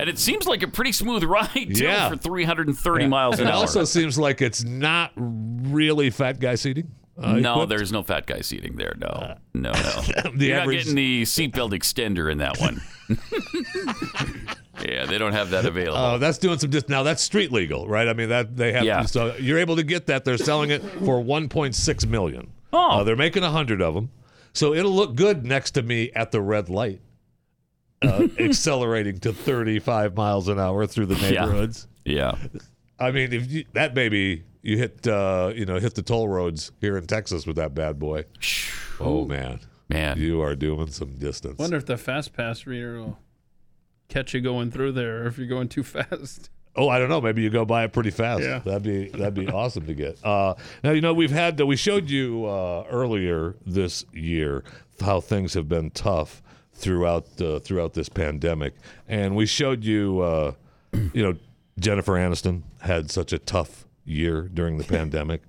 and it seems like a pretty smooth ride too Yeah. for 330 Yeah. miles an it hour. also seems like it's not really fat guy seating. uh, no, equipped. Uh, there's no fat guy seating there. No, no, no. the You're average- not getting the seatbelt extender in that one. yeah, they don't have that available. Uh, that's doing some dis- now. That's street legal, right? I mean, that they have. Yeah. So you're able to get that. They're selling it for 1.6 million. Oh, they're making a hundred of them, so it'll look good next to me at the red light, uh, accelerating to 35 miles an hour through the Yeah. neighborhoods. Yeah. I mean, if you, that baby, you hit, uh, you know, hit the toll roads here in Texas with that bad boy. Oh man, man, you are doing some distance. Wonder if the fast pass reader will catch you going through there, or if you're going too fast. Oh, I don't know. Maybe you go buy it pretty fast. That'd be that'd be awesome to get. Uh, now you know we've had we showed you uh, earlier this year how things have been tough throughout uh, throughout this pandemic, and we showed you uh, you know Jennifer Aniston had such a tough year during the pandemic,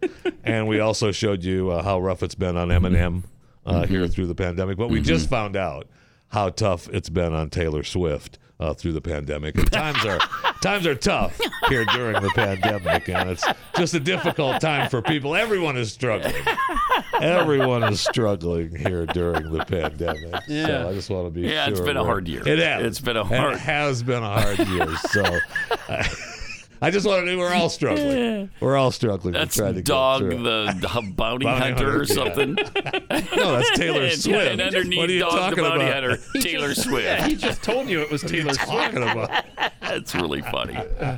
and we also showed you uh, how rough it's been on Eminem uh, here through the pandemic. But we just found out how tough it's been on Taylor Swift uh, through the pandemic. And times are times are tough here during the pandemic, and it's just a difficult time for people. Everyone is struggling. Everyone is struggling here during the pandemic. Yeah. So I just want to be Yeah, sure. it's been a we're- hard year. It has. It's been a And hard- It has been a hard year. So. I- I just want to do. We're all struggling. We're all struggling. to That's try to get Dog through it. the, the Bounty, Hunter, Hunter, or yeah. something. No, Oh, that's Taylor And- Swift. And underneath What are you Dog talking the Bounty about? Hunter, He Taylor just- Swift. Yeah, he just told you it was Taylor Swift. talking about? That's really funny. And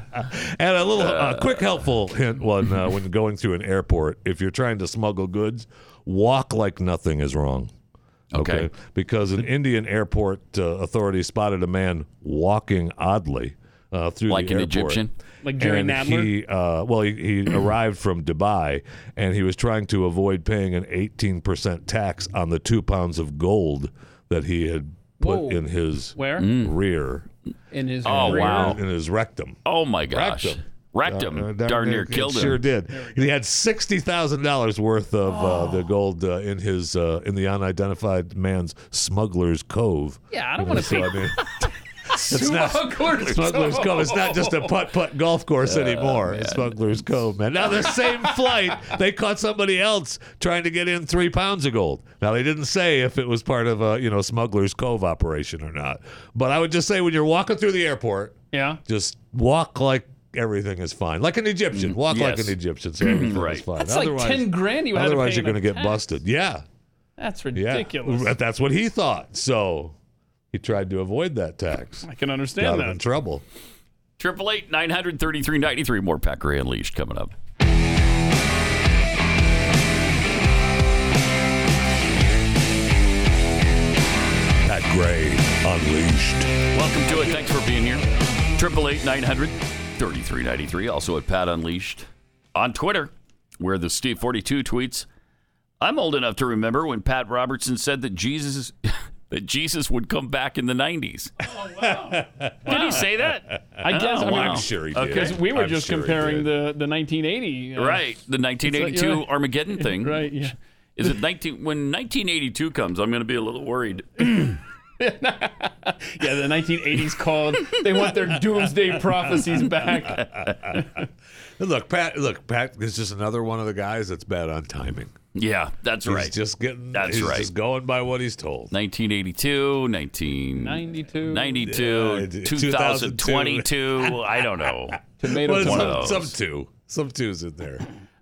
a little uh, quick helpful hint one uh, when going through an airport, if you're trying to smuggle goods, walk like nothing is wrong. Okay. Because an Indian airport uh, authority spotted a man walking oddly uh, through Like the an airport. Egyptian? Like Jerry And Nadler? he, uh, well, he, he arrived from Dubai and he was trying to avoid paying an 18% tax on the two pounds of gold that he had put Whoa. in his Where? Mm. rear. in his Oh, career. wow. In his rectum. Oh, my gosh. Rectum. Rectum. Uh, darn, near killed it him. Sure did. He had sixty thousand dollars worth of Oh. uh, the gold uh, in his uh, in the unidentified man's smuggler's cove. Yeah, I don't You know, wanna so, be- I mean, it's not Smuggler's Oh. Smuggler's Cove. Cove. It's not just a putt putt golf course anymore. It's Smuggler's Cove, man. Now the same flight, they caught somebody else trying to get in three pounds of gold. Now they didn't say if it was part of a you know Smuggler's Cove operation or not. But I would just say when you're walking through the airport, Yeah. just walk like everything is fine, like an Egyptian. Walk like yes. an Egyptian, so everything is Right. fine. Mm, That's like 10 grand you had to otherwise, pay you're in gonna a get tax. busted. Yeah, That's yeah. ridiculous. That- That's what he thought. So he tried to avoid that tax. I can Got understand him in that. trouble. Triple eight nine hundred thirty three ninety three. More Pat Gray Unleashed coming up. Pat Gray Unleashed. Welcome to it. Thanks for being here. Triple eight nine hundred thirty three ninety three. Also at Pat Unleashed on Twitter, where the Steve forty two tweets. I'm old enough to remember when Pat Robertson said that Jesus that Jesus would come back in the nineties. Did he say that? I guess Oh, I mean, wow. Okay. Because we were I'm just sure he comparing did. the, the 1980. uh, Right, the 1982 It's like- Armageddon thing. Right. Yeah. Is it 19 when 1982 comes? I'm going to be a little worried. Yeah. The 1980s called. They want their doomsday prophecies back. Look, Pat. Look, Pat is just another one of the guys that's bad on timing. Yeah, that's He's right. just getting. That's he's right. Just going by what he's told. 1982, 1992, 92. 2022. I don't know. Tomato Well, one some, of those. some two. Some two's in there.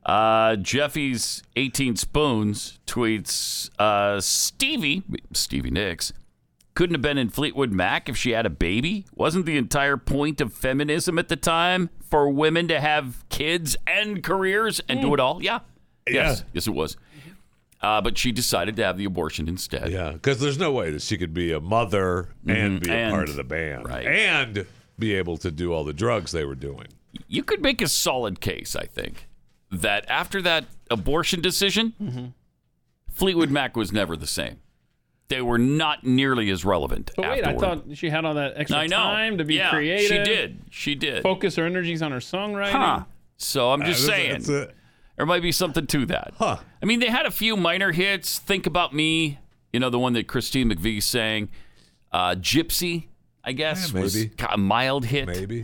Uh, Jeffy's 18 Spoons tweets uh, Stevie, Stevie Nicks, couldn't have been in Fleetwood Mac if she had a baby. Wasn't the entire point of feminism at the time for women to have kids and careers and Hmm. do it all? Yeah. Yes. Yes, it was. Uh, but she decided to have the abortion instead. Yeah, because there's no way that she could be a mother and be Mm-hmm. a And- part of the band right. and be able to do all the drugs they were doing. you could make a solid case, I think, that after that abortion decision, Mm-hmm. Fleetwood Mac was never the same. They were not nearly as relevant. But wait, afterward. I thought she had all that extra I know. time to be yeah, creative. She did. She did. Focus her energies on her songwriting. Huh. So I'm just Uh, saying, that's- that's it. there might be something to that. Huh. I mean, they had a few minor hits. Think about me. You know, the one that Christine McVie sang, uh, "Gypsy." I guess Yeah, was maybe. ki- a mild hit, maybe.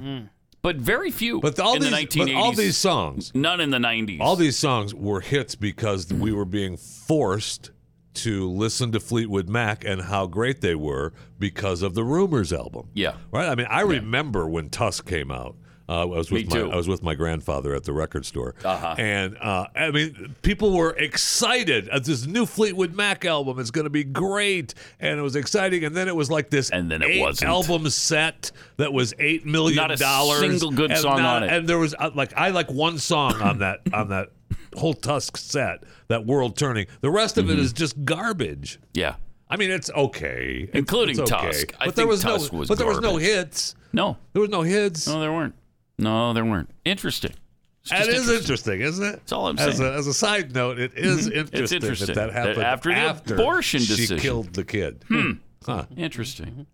but very few. But all in these, the 1980s, but all these songs, none in the 90s. all these songs were hits because we were being forced to listen to Fleetwood Mac and how great they were because of the Rumors album. yeah. Right. I mean, I remember when Tusk came out. Uh, I was Me with my too. I was with my grandfather at the record store, Uh-huh. and uh, I mean, people were excited. Uh, this new Fleetwood Mac album is going to be great, and it was exciting. And then it was like this, And then it eight wasn't. album set that was eight million Not a dollars, single good and song on it. And there was uh, like I like one song on that on that whole Tusk set, that World Turning. The rest of it Mm-hmm. is just garbage. Yeah. I mean, it's okay, It's- Including it's okay. Tusk. I But there think was Tusk no, was but there was no garbage. hits. No. There was no hits. No, there weren't. No, there weren't. Interesting. That is interesting, isn't it? That's all I'm As saying. a, as a side note, it Mhm. It's is interesting, interesting that that happened that after the abortion decision. She killed the kid. Hmm. Interesting.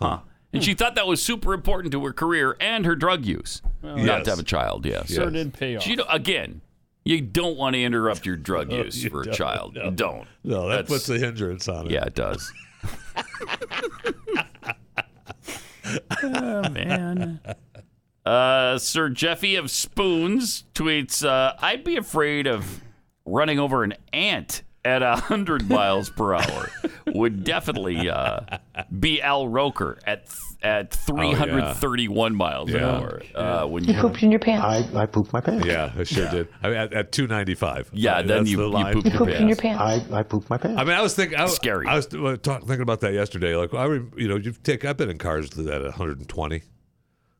Huh. And she thought that was super important to her career and her drug use. Well, not Yes. to have a child, yes. Sure did pay off. She, don't- again, you don't want to interrupt your drug Oh, use for a child. You don't. No, that puts a hindrance on it. Yeah, it does. Oh, man. Uh, Sir Jeffy of Spoons tweets, uh, I'd be afraid of running over an ant at 100 miles per hour. Would definitely uh, be Al Roker at at 331 miles an Yeah. hour. Uh, when you, pooped in your pants. I pooped my pants. Yeah, I sure did. I mean, at, at two ninety five. Yeah, then you- you pooped You your pooped in your pants. pants. I, I pooped my pants. I mean, I was thinking, I, was- Scary. I was uh, talk, thinking about that yesterday. Like, I, rem- you know, you take. I've been in cars that at one hundred and twenty.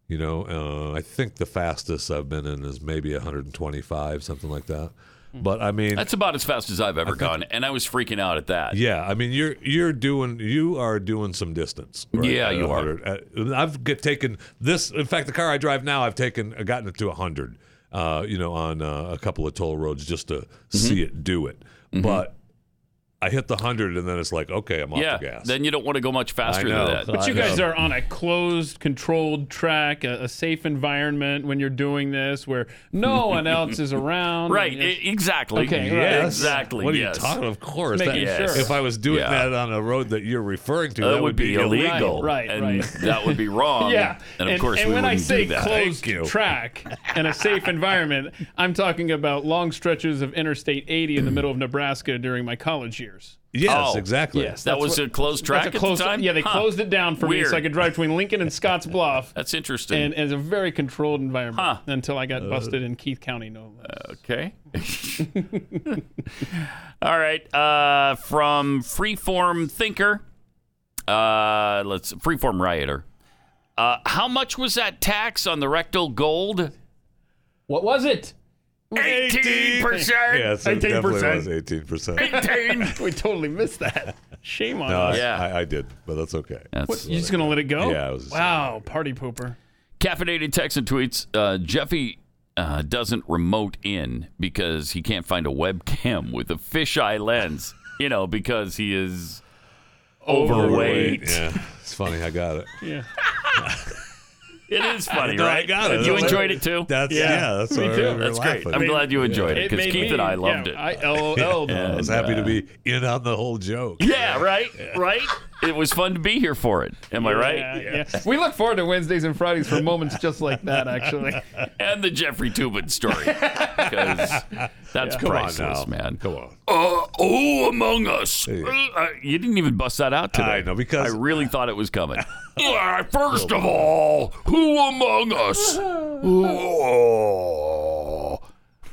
You know, uh, I think the fastest I've been in is maybe one hundred and twenty five, something like that. Hmm. But I mean, that's about as fast as I've ever gone, and I was freaking out at that. yeah, I mean you're you're doing you are doing some distance. Yeah, you are. are. uh, I've get, taken this. In fact, the car I drive now, I've taken uh, gotten it to hundred. Uh, you know, on uh, a couple of toll roads just to Mm-hmm. see it do it. But I hit the hundred, and then it's like, okay, I'm off yeah, the gas. then you don't want to go much faster know. than that. But You guys are on a closed, controlled track, a, a safe environment when you're doing this, where no one else is around. Right, and it's- e- exactly. Oh, Okay. right. Yes. Exactly, What are yes. you talking? Of course. Just making That- sure. If I was doing Yeah. that on a road that you're referring to, That that, would be illegal, Right, right, and right. that would be wrong. Yeah, and of course and we when I wouldn't say do that. closed Thank you. track and a safe environment, I'm talking about long stretches of Interstate 80 in the middle of Nebraska during my college years. Oh, Yes, exactly. Yes, that that's was what- a closed that's track a at the closed- time? Yeah, they Huh. closed it down for me so I Weird. could drive between Lincoln and Scotts Bluff. That's interesting. and as a very controlled environment until I got busted in Keith County, no less. Uh, Okay. All right. Uh, from Freeform Thinker, uh, let's Freeform Rioter. Uh, how much was that tax on the rectal gold? What was it? 18%. Yeah, so it definitely was eighteen percent. 18. we totally missed that. Shame on No, us. I, I, I did, but that's okay. What, you just gonna let it go? Yeah, I was just- wow, party pooper. Caffeinated Texan tweets uh, Jeffy uh, doesn't remote in because he can't find a webcam with a fisheye lens, you know, because he is overweight. Yeah, it's funny. I got it. Yeah. It is funny, No, I right? got it. You That's- enjoyed it too. that's- Yeah. yeah, that's me why too. we were That's great. laughing. I'm It glad you made- enjoyed it it because made Keith and me- I yeah, loved it. I LOL'd. I was happy to be in on the whole joke. Yeah, right, right. It was fun to be here for it. Am I right? Yeah, yeah. We look forward to Wednesdays and Fridays for moments just like that. Actually, and the Jeffrey Tubin story. Because that's Come on priceless, now. man. Come on. Uh, oh, Among Us. Uh, you didn't even bust that out today. I know, because- I really thought it was coming. Uh, First of all, who among us? Uh-huh. Oh.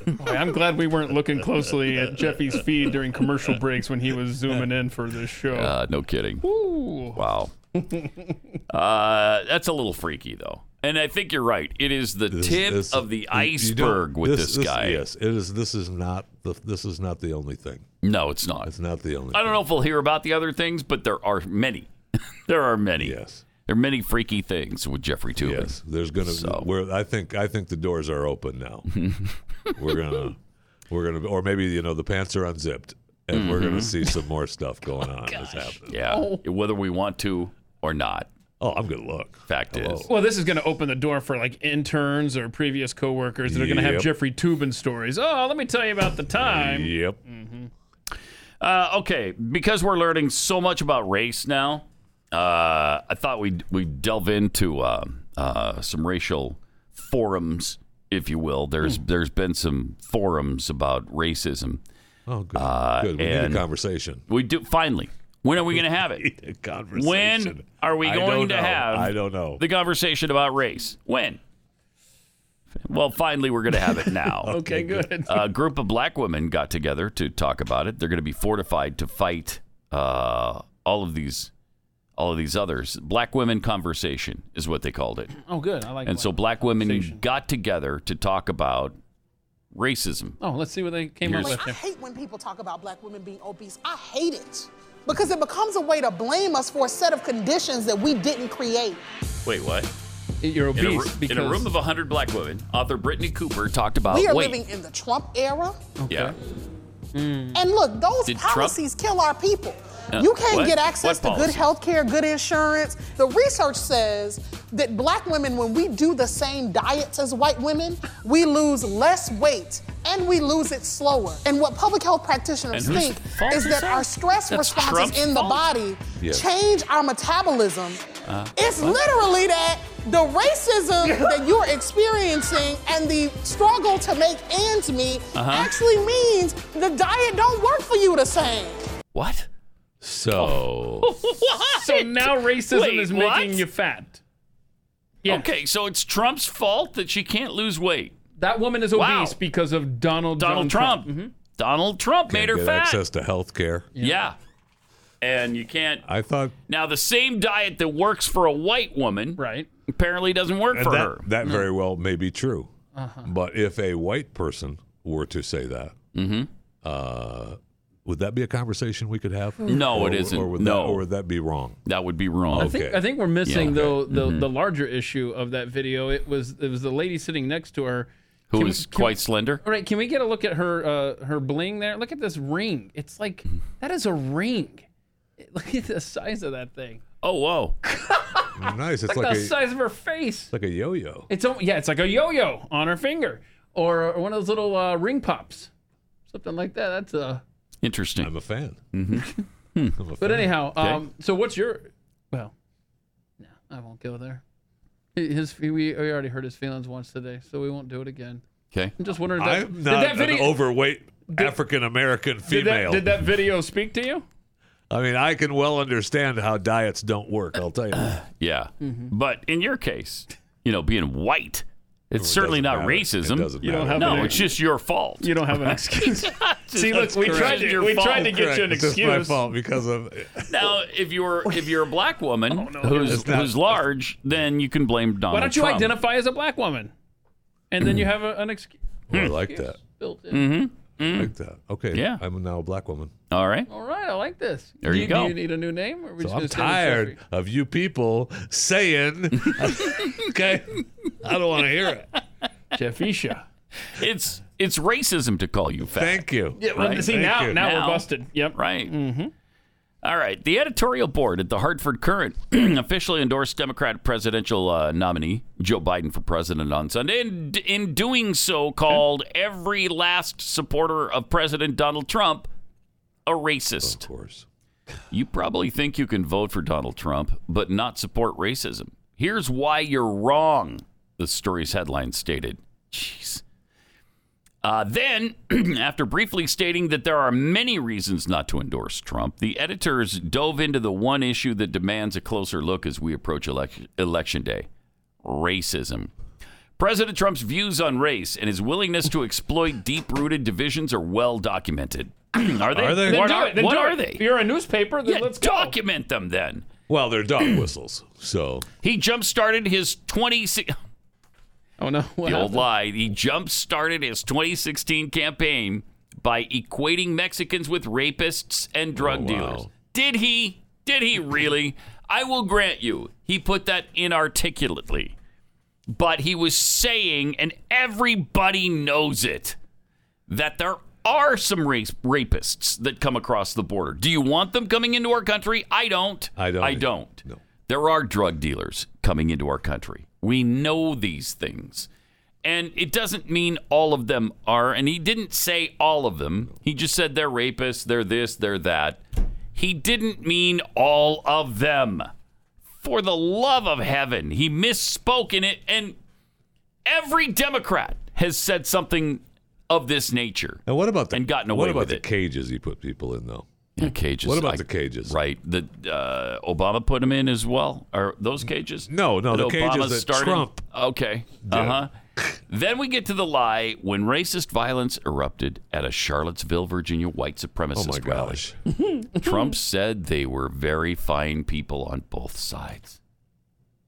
Boy, I'm glad we weren't looking closely at Jeffy's feed during commercial breaks when he was zooming in for this show. Uh, no kidding. Ooh. Wow. Uh, that's a little freaky, though. And I think you're right. It is the tip This- of the you- you don't- iceberg with this, guy. Yes, it is. This is not the. This is not the only thing. No, it's not. It's not the only. I don't know if we'll hear about the other things, but there are many. there are many. Yes. There are many freaky things with Jeffrey Tubin. Yes, there's gonna. So- Where I think I think the doors are open now. we're gonna. We're gonna. Or maybe you know the pants are unzipped, and we're gonna Mhm. see some more stuff going on. that's happening. Yeah. Oh. Whether we want to or not. Oh, I'm gonna look. Fact is. Well, this is going to open the door for like interns or previous coworkers that are going to have Yep. Jeffrey Tubin stories. Oh, let me tell you about the time. Yep. Mm-hmm. Uh, okay, because we're learning so much about race now, uh, I thought we'd we delve into uh, uh, some racial forums, if you will. Hmm. There's there's been some forums about racism. Oh, good. Uh, good. We need a and- conversation. We do finally. When are we going to have it? conversation. When are we I going don't to know. have? I don't know. The conversation about race. When? Well, finally, we're going to have it now. Uh, Okay, good. A group of black women got together to talk about it. They're going to be fortified to fight uh, all of these, all of these others. Black women conversation is what they called it. Oh, good. I like. and that. so black women got together to talk about racism. Oh, let's see what they came up Here's- with. Like, I hate when people talk about black women being obese. I hate it because it becomes a way to blame us for a set of conditions that we didn't create. Wait, what? You're In a, obese roo- because in a room of 100 black women, author Brittany Cooper talked about we are weight. living in the Trump era. Yeah. Hmm. And look, those Did Trump- policies kill our people. Uh, you can't what? get What access to good policy? health care, good insurance. The research says that black women, when we do the same diets as white women, we lose less weight and we lose it slower. And what public health practitioners And whose think fault is is that that? our stress That's responses Trump's in the fault. body Yes. change our metabolism. Uh, It's what? literally that the racism that you're experiencing and the struggle to make ends meet Uh-huh. actually means the diet don't work for you the same. What? So So now racism Wait, is what? making you fat. Okay, so it's Trump's fault that she can't lose weight. That woman is Wow. obese because of Donald Donald John Trump. Mm-hmm. Donald Trump made her get fat. access to health care. Yeah. And you can't. I thought Now, the same diet that works for a white woman right. apparently doesn't work for that, her. that very well may be true. Uh-huh. But if a white person were to say that, Mm-hmm. uh, would that be a conversation we could have? No, Or- it isn't. Or would No. that, or would that be wrong? That would be wrong. I think I think we're missing Yeah. though the Mhm. the larger issue of that video. It was it was the lady sitting next to her Who Can we- is quite slender. All right, can we get a look at her uh, her bling there? Look at this ring. It's like that is a ring. Look at the size of that thing. Oh whoa! nice. It's like, It's like the a- size of her face. It's like a yo-yo. It's al- yeah, it's like a yo-yo on her finger or, or one of those little uh, ring pops, something like that. That's uh, a. Interesting. Mm-hmm. I'm a fan. I'm a But fan. anyhow, Okay. um, so what's your? Well, no, I won't go there. His we we already heard his feelings once today, so we won't do it again. Okay. I'm just wondering. If that, I'm not did that an video overweight African American did female. that, did that video speak to you? I mean, I can well understand how diets don't work. I'll tell you. that. Yeah. Mm-hmm. But in your case, you know, being white, it's certainly not matter. It racism. doesn't You don't matter. have no, an- it's just your fault. You don't have an excuse. See, look, we tried to- we tried to get you an It's just my excuse. fault because of Now, if you're if you're a black woman who's It's not- who's large, then you can blame Donald. Why don't you Trump. identify as a black woman, and then you have a, an excuse? Oh, I like that. built in. Hmm. Mm-hmm. I like that. Okay. Yeah. I'm now a black woman. All right. All right, I like this. There do you go. Do you need a new name? Or are we So just I'm gonna stand with tired of you people saying, okay, I don't want to hear it. Jeffisha. It's it's racism to call you fat. Thank you. Yeah, well, see, Thank now- you. now we're busted. Yep. Right. Mm-hmm. right. The editorial board at the Hartford Current officially endorsed Democrat presidential uh, nominee Joe Biden for president on Sunday, and d- in doing so, called every last supporter of President Donald Trump a racist. Of course. You probably think you can vote for Donald Trump, but not support racism. Here's why you're wrong, the story's headline stated. Jeez. Uh, then, after briefly stating that there are many reasons not to endorse Trump, the editors dove into the one issue that demands a closer look as we approach election, election day racism. President Trump's views on race and his willingness to exploit deep rooted divisions are well documented. are they? Are they? Then What do are, it, then what do are it. they? If you're a newspaper, then Yeah, let's go. document them then. Well, they're dog whistles. So He jump started his 2016. Oh no! the old lie. He jump started his 2016 campaign by equating Mexicans with rapists and Oh, drug dealers. Did he? Did he really? I will grant you, he put that inarticulately, but he was saying, and everybody knows it, that there are some race, rapists that come across the border. Do you want them coming into our country? I don't. I don't I either. don't. There are drug dealers coming into our country. We know these things. And it doesn't mean all of them are. And he didn't say all of them. He just said they're rapists, they're this, they're that. He didn't mean all of them. For the love of heaven, he misspoke in it. And every Democrat has said something of this nature. And what about the and gotten away what about with the it? cages he put people in though? Yeah, cages. What about I- the cages? Right. The uh, Obama put him in as well. Are those cages? No, no, the cages that Trump- Okay. Uh huh. then we get to the lie when racist violence erupted at a Charlottesville, Virginia white supremacist Oh my rally. gosh. Trump said they were very fine people on both sides.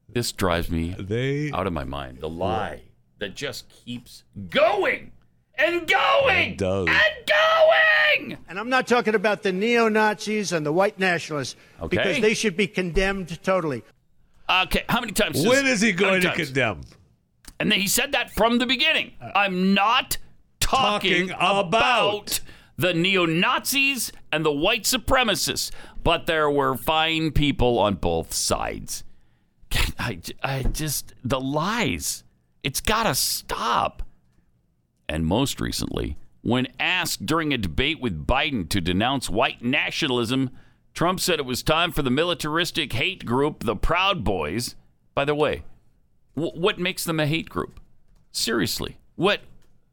This drives me out of my mind. The lie that just keeps going and going does. and going. And I'm not talking about the neo Nazis and the white nationalists Okay. because they should be condemned totally. Okay, how many times? When is he going to condemn? And then he said that from the beginning. I'm not talking, Talking about, the neo Nazis and the white supremacists, but there were fine people on both sides. I, j- I just, the lies, it's got to stop. And most recently, when asked during a debate with Biden to denounce white nationalism, Trump said it was time for the militaristic hate group, the Proud Boys. By the way, wh- what makes them a hate group? Seriously, what?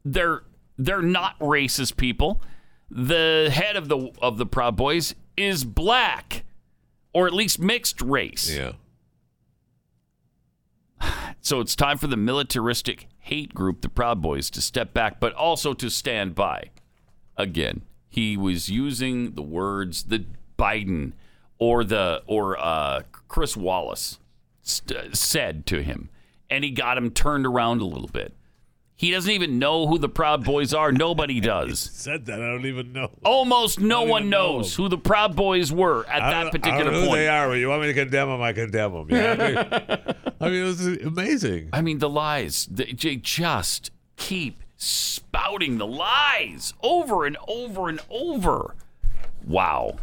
They're they're not racist people. The head of the of the Proud Boys is black, or at least mixed race. Yeah. So it's time for the militaristic hate group, the Proud Boys, to step back, but also to stand by. Again, he was using the words the Biden or the or uh, Chris Wallace st- said to him, and he got him turned around a little bit. He doesn't even know who the Proud Boys are. Nobody does. Said that I don't even know. Almost no don't one even know knows who the Proud Boys were at I don't- that particular I don't know point. Who they are? You want me to condemn them? I condemn them. Yeah, I mean, I mean, it was amazing. I mean, the lies. They, they just keep spouting the lies over and over and over. Wow.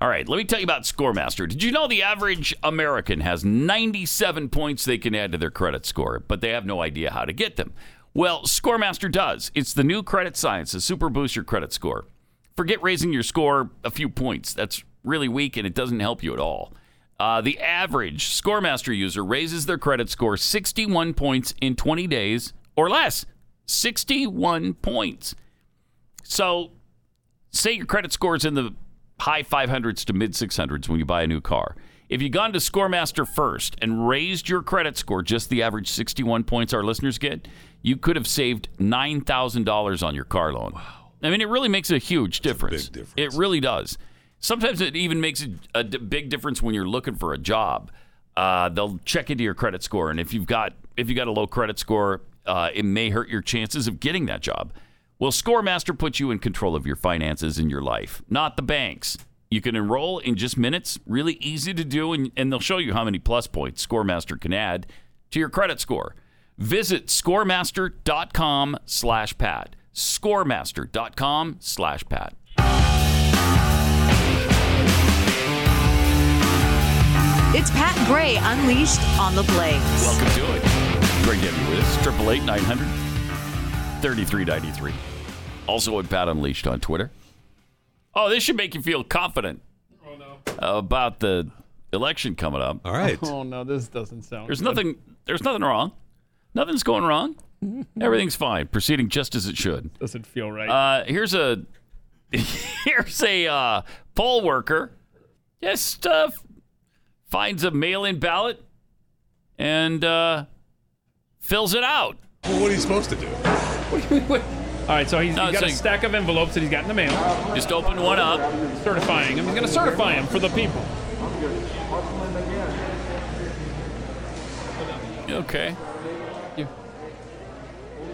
All right, let me tell you about Scoremaster. Did you know the average American has 97 points they can add to their credit score, but they have no idea how to get them? Well, Scoremaster does. It's the new credit science to super boost your credit score. Forget raising your score a few points. That's really weak and it doesn't help you at all. Uh, the average Scoremaster user raises their credit score 61 points in 20 days or less. 61 points. So say your credit score is in the high 500s to mid 600s when you buy a new car. If you'd gone to Scoremaster first and raised your credit score just the average 61 points our listeners get, you could have saved $9,000 on your car loan. Wow. I mean, it really makes a huge difference. big difference. It really does. Sometimes it even makes a, a d- big difference when you're looking for a job. Uh, they'll check into your credit score, and if you've got if you got a low credit score, uh, it may hurt your chances of getting that job. Well, Scoremaster puts you in control of your finances and your life, not the banks. You can enroll in just minutes, really easy to do, and, and they'll show you how many plus points Scoremaster can add to your credit score. Visit scoremaster.com slash pat. Scoremaster.com slash pat. It's Pat Gray Unleashed on the Blaze. Welcome to it. Great to have you with us. Triple eight nine hundred thirty three ninety three. Also at Pat Unleashed on Twitter. Oh, this should make you feel confident. About the election coming up. All Oh no, this doesn't sound. There's good. nothing. There's nothing wrong. Nothing's going wrong. Everything's fine. Proceeding just as it should. Doesn't feel right. Uh, here's a here's a uh, poll worker. Just uh, finds a mail-in ballot and uh, fills it out. what are you supposed to do? All right, so he's, he's No, got so a you- stack of envelopes that he's got in the mail. Just open one up. Certifying him. He's going to certify him for the people. Okay.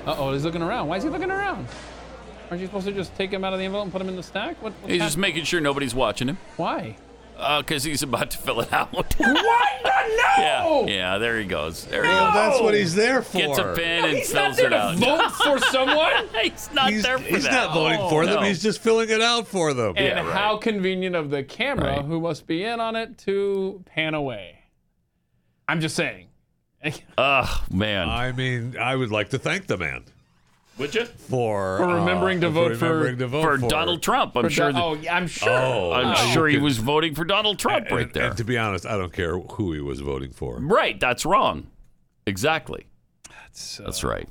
Uh oh, he's looking around. Why is he looking around? Aren't you supposed to just take him out of the envelope and put him in the stack? What, what's He's just happening? making sure nobody's watching him. Why? Because he's about to fill it out. what? No! Yeah, yeah. There he goes. There he No! goes. That's what he's there Gets a for. pen No, and he's fills not there it to out. vote for someone? he's not there for He's that. not voting Oh, for them. no. He's just filling it out for them. And how convenient of the camera, who must be in on it, to pan away. I'm just saying. Oh man. I mean, I would like to thank the man Would you? for uh, For remembering to vote for- remembering to vote for Donald Trump. I'm For sure. Don- that- oh, yeah, I'm sure. Oh, I'm Oh. sure he was voting for Donald Trump And- right there. And to be honest, I don't care who he was voting for. right. That's wrong. Exactly. That's, uh, that's right.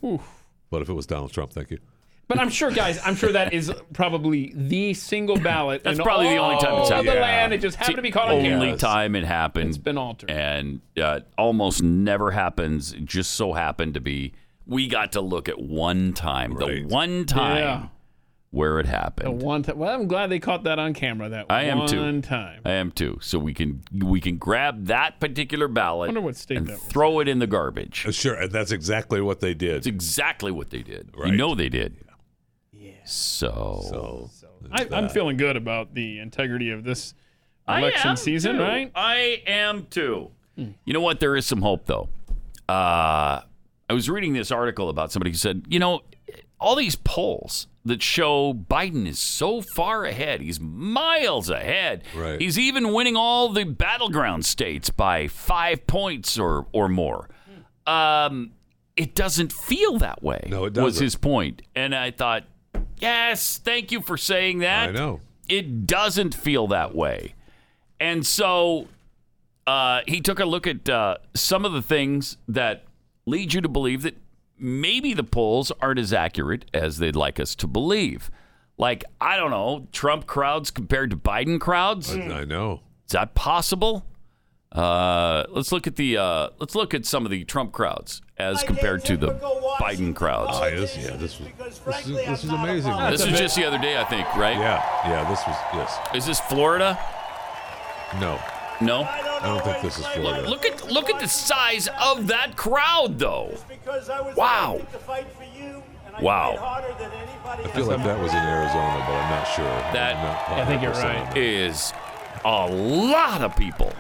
But if it was Donald Trump, thank you. But I'm sure, guys, I'm sure that is probably the single ballot. That's in probably all the only time it's happened. the land. It just happened to be caught on only camera. time it happened. It's been altered, and uh, almost never happens. It just so happened to be we got to look at one time, the one time Yeah. where it happened. The one time. Well, I'm glad they caught that on camera. That I am one too. time. I am too. So we can we can grab that particular ballot Wonder what state and that was. throw it in the garbage. Uh, Sure, and that's exactly what they did. That's exactly what they did. You know they did. Yeah. So, I, I'm feeling good about the integrity of this I election am season, Hmm. too. right? I am too. You know what? There is some hope, though. Uh, I was reading this article about somebody who said, you know, all these polls that show Biden is so far ahead, he's miles ahead. Right. He's even winning all the battleground states by five points or or more. Um, it doesn't feel that way. No, it Was doesn't. his point, and I thought, yes, thank you for saying that. I know it doesn't feel that way, and so uh, he took a look at uh, some of the things that lead you to believe that maybe the polls aren't as accurate as they'd like us to believe. Like, I don't know, Trump crowds compared to Biden crowds. I, know. Is that possible? Uh, let's look at the uh, let's look at some of the Trump crowds as compared to the Biden crowds. Oh, this, yeah, this was this is, this is amazing. This was just the other day, I think, right? Yeah, yeah. This was yes. Is this Florida? No, no. I don't think this is Florida. Look at look at the size of that crowd, though. Wow. Wow. I feel like that was in Arizona, but I'm not sure. That I'm not I think you're 100% right. Is a lot of people.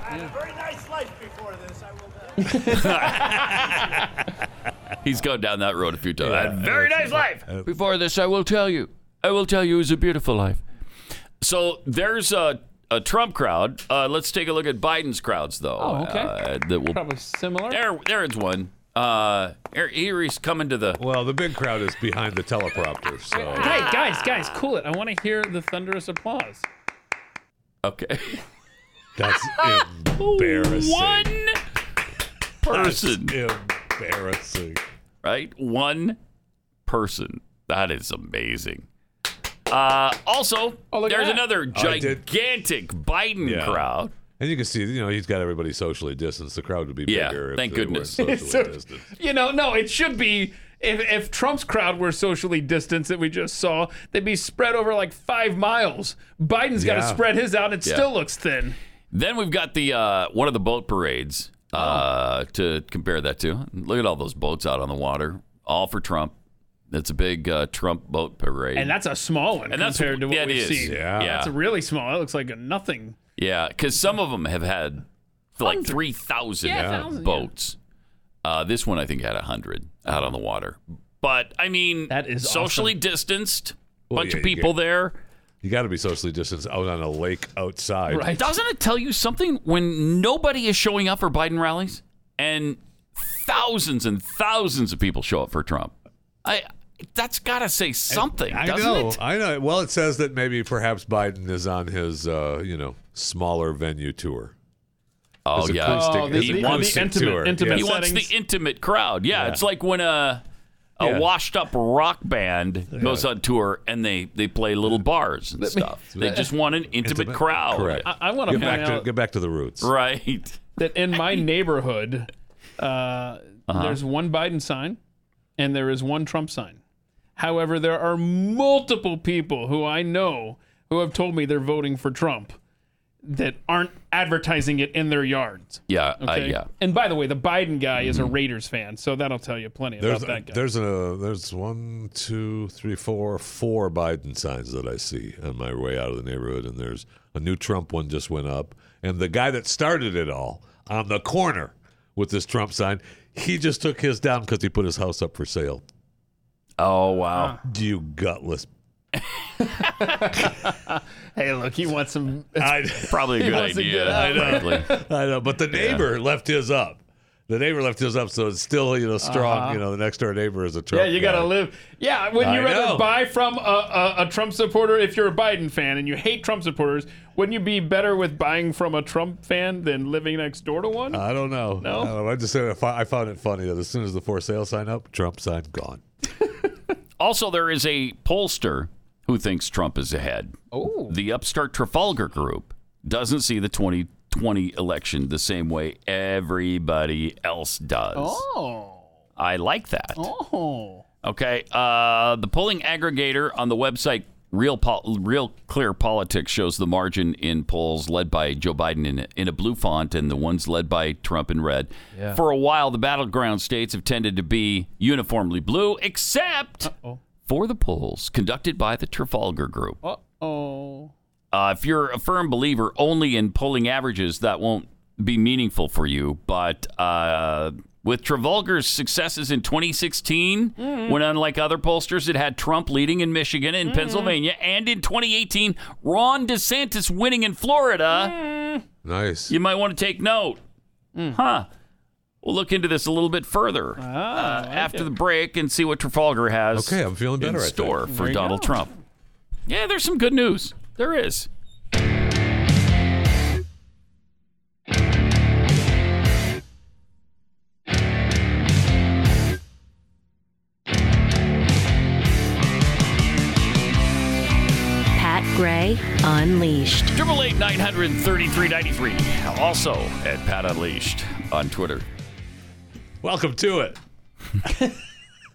He's gone down that road a few times. A very nice life. Before this, I will tell you. I will tell you, is a beautiful life. So there's a, a Trump crowd. Uh, let's take a look at Biden's crowds, though. Oh, okay. Uh, that will Probably similar. there. There is one. Uh, here, here he's coming to the. Well, the big crowd is behind the teleprompter. So Hey, guys, guys, cool it. I want to hear the thunderous applause. okay, that's embarrassing. One person. embarrassing. Right? One person. That is amazing. Uh, also, Oh, look at there's that. another I did- gigantic Biden Yeah. crowd. And you can see, you know, he's got everybody socially distanced. The crowd would be Yeah, bigger. thank if they goodness. Were It's so- socially distanced. you know, no, it should be. If, if Trump's crowd were socially distanced that we just saw, they'd be spread over like five miles. Biden's got Yeah. to spread his out. It Yeah. still looks thin. Then we've got the uh, one of the boat parades uh, to compare that to. Look at all those boats out on the water, all for Trump. That's a big uh, Trump boat parade. And that's a small one And that's- compared to what yeah, it we've is. seen. Yeah. Yeah. That's really small. That looks like a nothing. Yeah, because some of them have had like Hundreds. 3,000 Yeah, thousands, yeah. boats. Uh, this one, I think, had 100 out on the water. But, I mean, that is socially distanced, Well, bunch Oh, yeah, of you people get- there. You got to be socially distanced out on a lake outside. Doesn't it tell you something when nobody is showing up for Biden rallies and thousands and thousands of people show up for Trump? I That's got to say something, I doesn't know. it? I know. Well, it says that maybe perhaps Biden is on his, uh, you know, smaller venue tour. Oh, His yeah. acoustic- Oh, his the- the acoustic intimate- tour. he Yes. wants the intimate crowd. Yeah, Yeah. it's like when a a Yeah. washed up rock band goes on tour and they they play little bars and stuff. They just want an intimate, crowd. Correct. I- I wanna get point back to out- get back to the roots. Right. That in my neighborhood, uh, there's one Biden sign and there is one Trump sign. However, there are multiple people who I know who have told me they're voting for Trump that aren't advertising it in their yards. Yeah. Uh, I- Okay? yeah. And by the way, the Biden guy is a Raiders fan, so that'll tell you plenty There's about that guy. there's a there's one two three four four Biden signs that I see on my way out of the neighborhood, and there's a new Trump one just went up, and the guy that started it all on the corner with this Trump sign, he just took his down because he put his house up for sale. Oh wow, you gutless! Hey, look, he wants some. probably a He good wants to idea, get out. I know. frankly. I know, but the neighbor left his up. The neighbor left his up, so it's still you know strong. Uh-huh. You know, the next door neighbor is a Trump. Yeah, you gotta guy. live. Yeah, wouldn't you I rather know. buy from a, a, a Trump supporter if you're a Biden fan and you hate Trump supporters? Wouldn't you be better with buying from a Trump fan than living next door to one? I don't know. No, I, don't know. I just said I fi- I found it funny that as soon as the for sale sign up, Trump sign gone. Also, there is a pollster who thinks Trump is ahead. Oh. The upstart Trafalgar Group doesn't see the 2020 election the same way everybody else Uh, does. Oh, I like that. oh, Okay. Uh, the polling aggregator on the website Real Pol- Real Clear Politics shows the margin in polls led by Joe Biden in a, in a blue font and the ones led by Trump in red. Yeah. For a while, the battleground states have tended to be uniformly blue, except for the polls conducted by the Trafalgar Group. oh. Uh, if you're a firm believer only in polling averages, that won't be meaningful for you, but uh, with Travolger's successes in 2016, Mm-hmm. when unlike other pollsters, it had Trump leading in Michigan and Pennsylvania, and in 2018, Ron DeSantis winning in Florida. Nice. You might want to take note. Mm. Huh. We'll look into this a little bit further Oh, uh, after the break and see what Trafalgar has. Okay, I'm feeling better, In I think. store for There you Donald go. Trump. Yeah, there's some good news. There is. Pat Gray Unleashed. Triple eight nine hundred thirty three ninety three. Also at Pat Unleashed on Twitter. Welcome to it.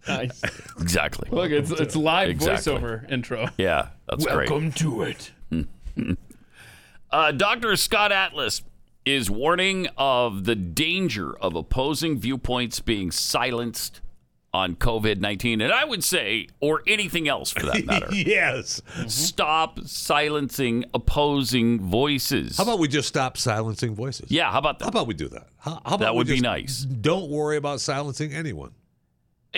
Nice. Exactly. Look, it's it's live Exactly. voiceover intro. Yeah, that's great. Welcome to it. Uh, Dr. Scott Atlas is warning of the danger of opposing viewpoints being silenced on COVID 19. And I would say, or anything else for that matter. Mm-hmm. yes. Mm-hmm. Stop silencing opposing voices. How about we just stop silencing voices? Yeah, how about that? How about we do that? How, how about That we would be just nice. Don't worry about silencing anyone.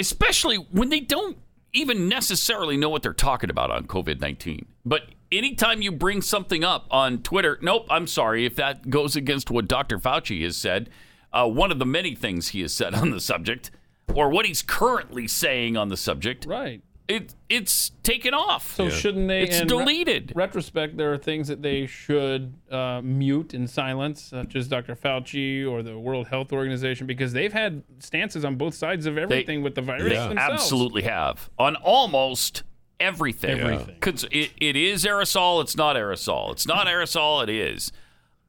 especially when they don't even necessarily know what they're talking about on COVID 19. But anytime you bring something up on Twitter, nope, I'm sorry, if that goes against what Dr. Fauci has said, uh, one of the many things he has said on the subject, or what he's currently saying on the subject, right? It it's taken off. So shouldn't they? It's in re- deleted. retrospect, there are things that they should uh, mute and silence, such as Dr. Fauci or the World Health Organization, because they've had stances on both sides of everything with the virus They themselves. absolutely have on almost everything. Everything. 'Cause it, it is aerosol. It's not aerosol. It's not aerosol. It is.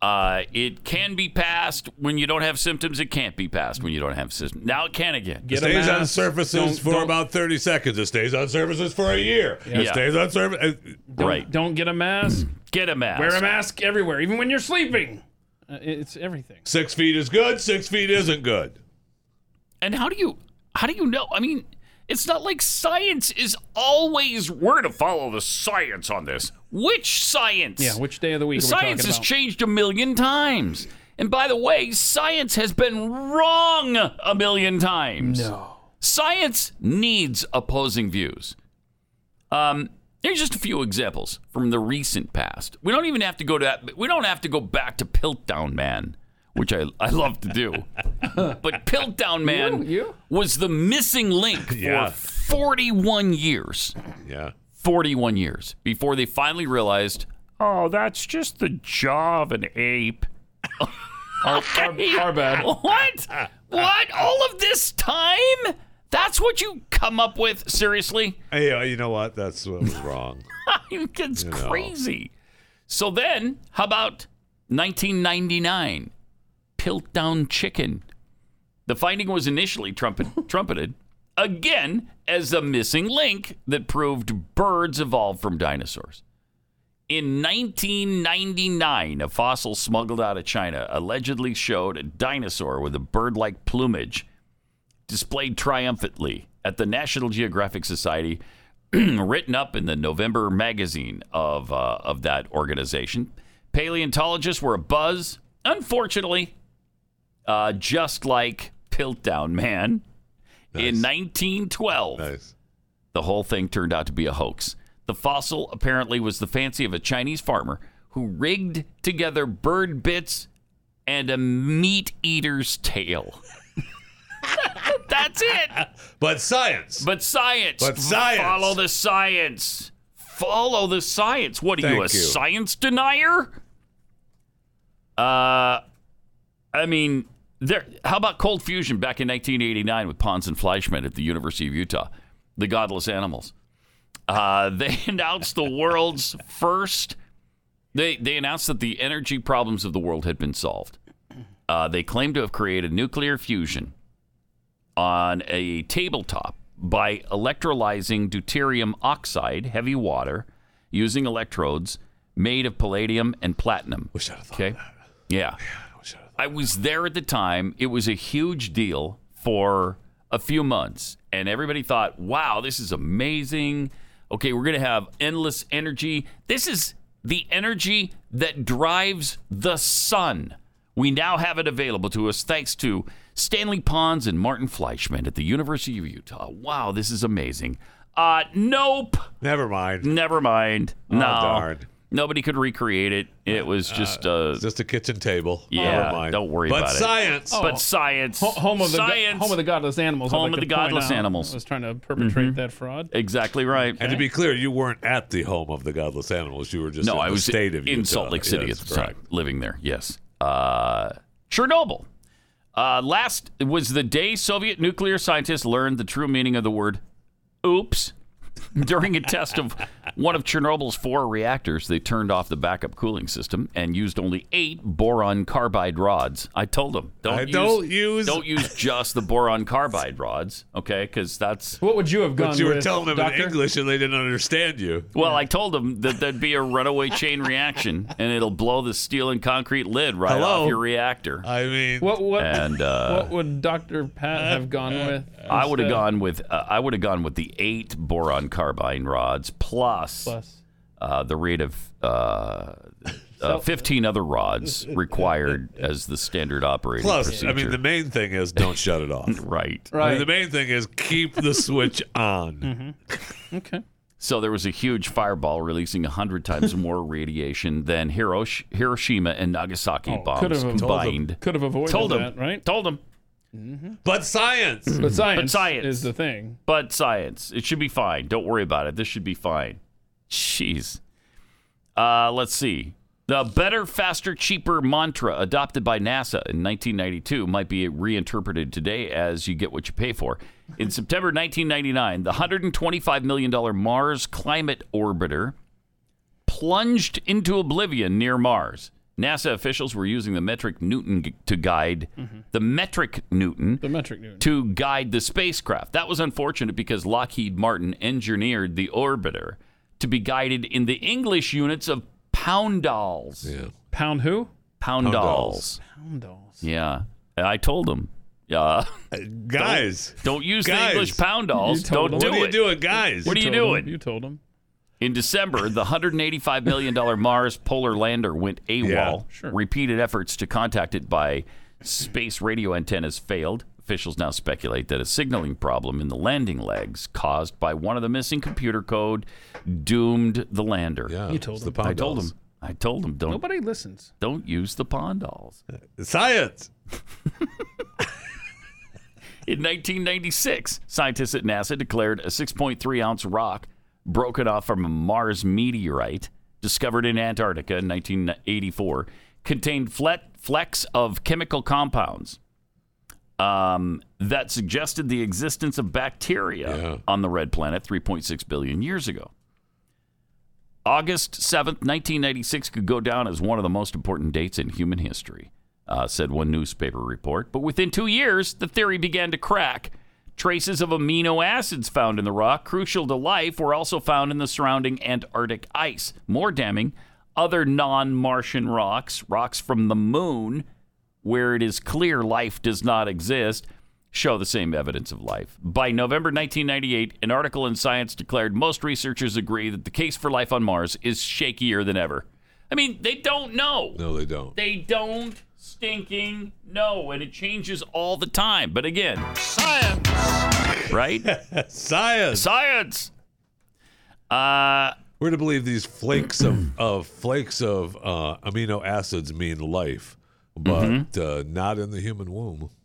Uh, it can be passed when you don't have symptoms. It can't be passed when you don't have symptoms. Now it can again. it stays on surfaces for about 30 seconds. It stays on surfaces for a year. It Yeah. stays on surface. Right. Don't get a mask. Get a mask. Wear a mask everywhere, even when you're sleeping. Uh, it's everything. Six feet is good. Six feet isn't good. And how do you how do you know? I mean, it's not like science is always we're to follow the science on this. Which science? Yeah, which day of the week The are we talking science has about? changed a million times. And by the way, science has been wrong a million times. No. Science needs opposing views. Um, here's just a few examples from the recent past. We don't even have to go to that. We don't have to go back to Piltdown Man, which I, I love to do. but Piltdown Man was the missing link Yeah. for 41 years. Yeah. 41 years before they finally realized, oh, that's just the jaw of an ape. our, bad. What? What? All of this time? That's what you come up with? Seriously? Yeah, uh, you know what? That's what was wrong. it's You know. crazy. So then, how about 1999? Piltdown chicken. The finding was initially trumpet, trumpeted again as a missing link that proved birds evolved from dinosaurs. In 1999, a fossil smuggled out of China allegedly showed a dinosaur with a bird like plumage displayed triumphantly at the National Geographic Society, written up in the November magazine of uh, of that organization. Paleontologists were abuzz. Unfortunately, uh, just like Piltdown Man in 1912, the whole thing turned out to be a hoax. The fossil apparently was the fancy of a Chinese farmer who rigged together bird bits and a meat eater's tail. That's it. But science. But science. But science. Follow the science. Follow the science. What are you, a Thank you. science denier? Uh, I mean, there. How about cold fusion back in 1989 with Pons and Fleischman at the University of Utah, the Godless Animals? Uh, they announced the world's first. They they announced that the energy problems of the world had been solved. Uh, they claim to have created nuclear fusion on a tabletop by electrolyzing deuterium oxide, heavy water, using electrodes made of palladium and platinum. Wish I'd have thought okay? Yeah. I was there at the time. It was a huge deal for a few months, and everybody thought, "Wow, this is amazing." Okay, we're going to have endless energy. This is the energy that drives the sun. We now have it available to us thanks to Stanley Pons and Martin Fleischman at the University of Utah. Wow, this is amazing. Uh, nope. Never mind. Never mind. Oh, no. darn. Nobody could recreate it. It was just uh, just a kitchen table. Yeah, Never mind. don't worry But about science. it. But science. Ho- home of the go- science. home of the godless animals. I'd Home of like to the point godless out. animals. Mm-hmm. I was trying to perpetrate that fraud. Exactly right. And to be clear, you weren't at the home of the godless animals. You were just no, in I the was state of in Utah. Salt Lake City Yes, at the time, living there. Yes, uh, Chernobyl. Uh, last was the day Soviet nuclear scientists learned the true meaning of the word "oops." During a test of one of Chernobyl's four reactors, they turned off the backup cooling system and used only eight boron carbide rods. I told them, don't, I use, don't use- don't use just the boron carbide rods, okay? Because that's What would you have gone But you were with, telling them doctor? in English and they didn't understand you. Well, I told them that there'd be a runaway chain reaction, and it'll blow the steel and concrete lid right Hello? off your reactor. I mean, What what and uh, what would Doctor Pat have gone with? I would have instead? gone with uh, I would have gone with the eight boron carbine rods plus Plus. Uh, the rate of uh, uh, fifteen other rods required as the standard operating Plus, procedure. I mean, the main thing is don't shut it off. right. I mean, the main thing is keep the switch on. Mm-hmm. Okay. So there was a huge fireball releasing 100 times more radiation than Hirosh- Hiroshima and Nagasaki bombs Could have combined. Could have avoided Told 'em. that, right? Told him. But science. But science. But science. is the thing. But science. It should be fine. Don't worry about it. This should be fine. Jeez. Uh, let's see. The better, faster, cheaper mantra adopted by NASA in 1992 might be reinterpreted today as you get what you pay for. In September 1999, the $125 million Mars Climate Orbiter plunged into oblivion near Mars. NASA officials were using the metric Newton g- to guide the metric Newton Mm-hmm. The metric Newton. to guide the spacecraft. That was unfortunate because Lockheed Martin engineered the orbiter to be guided in the English units of poundals. Yeah. Pound who? Poundals. Poundals. Poundals. Yeah. And I told them. Yeah. Guys. Don't, use the Guys. English poundals. You told Don't them. do What it. are you doing, guys? What are you told 'em. doing? You told him. In December, the $185 million Mars Polar Lander went AWOL. Repeated efforts to contact it by space radio antennas failed. Officials now speculate that a signaling problem in the landing legs caused by one of the missing computer code doomed the lander. Yeah, You told it's the 'em. I pond told dolls. him. I told him don't Nobody listens. don't use the pond dolls. Science. In 1996, scientists at NASA declared a 6.3 ounce rock broken off from a Mars meteorite discovered in Antarctica in 1984 contained fle- flecks of chemical compounds um, that suggested the existence of bacteria on the red planet 3.6 billion years ago. August 7th, 1996 could go down as one of the most important dates in human history, uh, said one newspaper report. But within two years, the theory began to crack. Traces of amino acids found in the rock, crucial to life, were also found in the surrounding Antarctic ice. More damning, other non Martian rocks, rocks from the moon, where it is clear life does not exist, show the same evidence of life. By November 1998, an article in Science declared most researchers agree that the case for life on Mars is shakier than ever. I mean, they don't know. No, they don't. They don't stinking know, and it changes all the time. But again, science, right? science, science. Uh, We're to believe these flakes of, of flakes of uh, amino acids mean life, but uh, not in the human womb. Mm-hmm.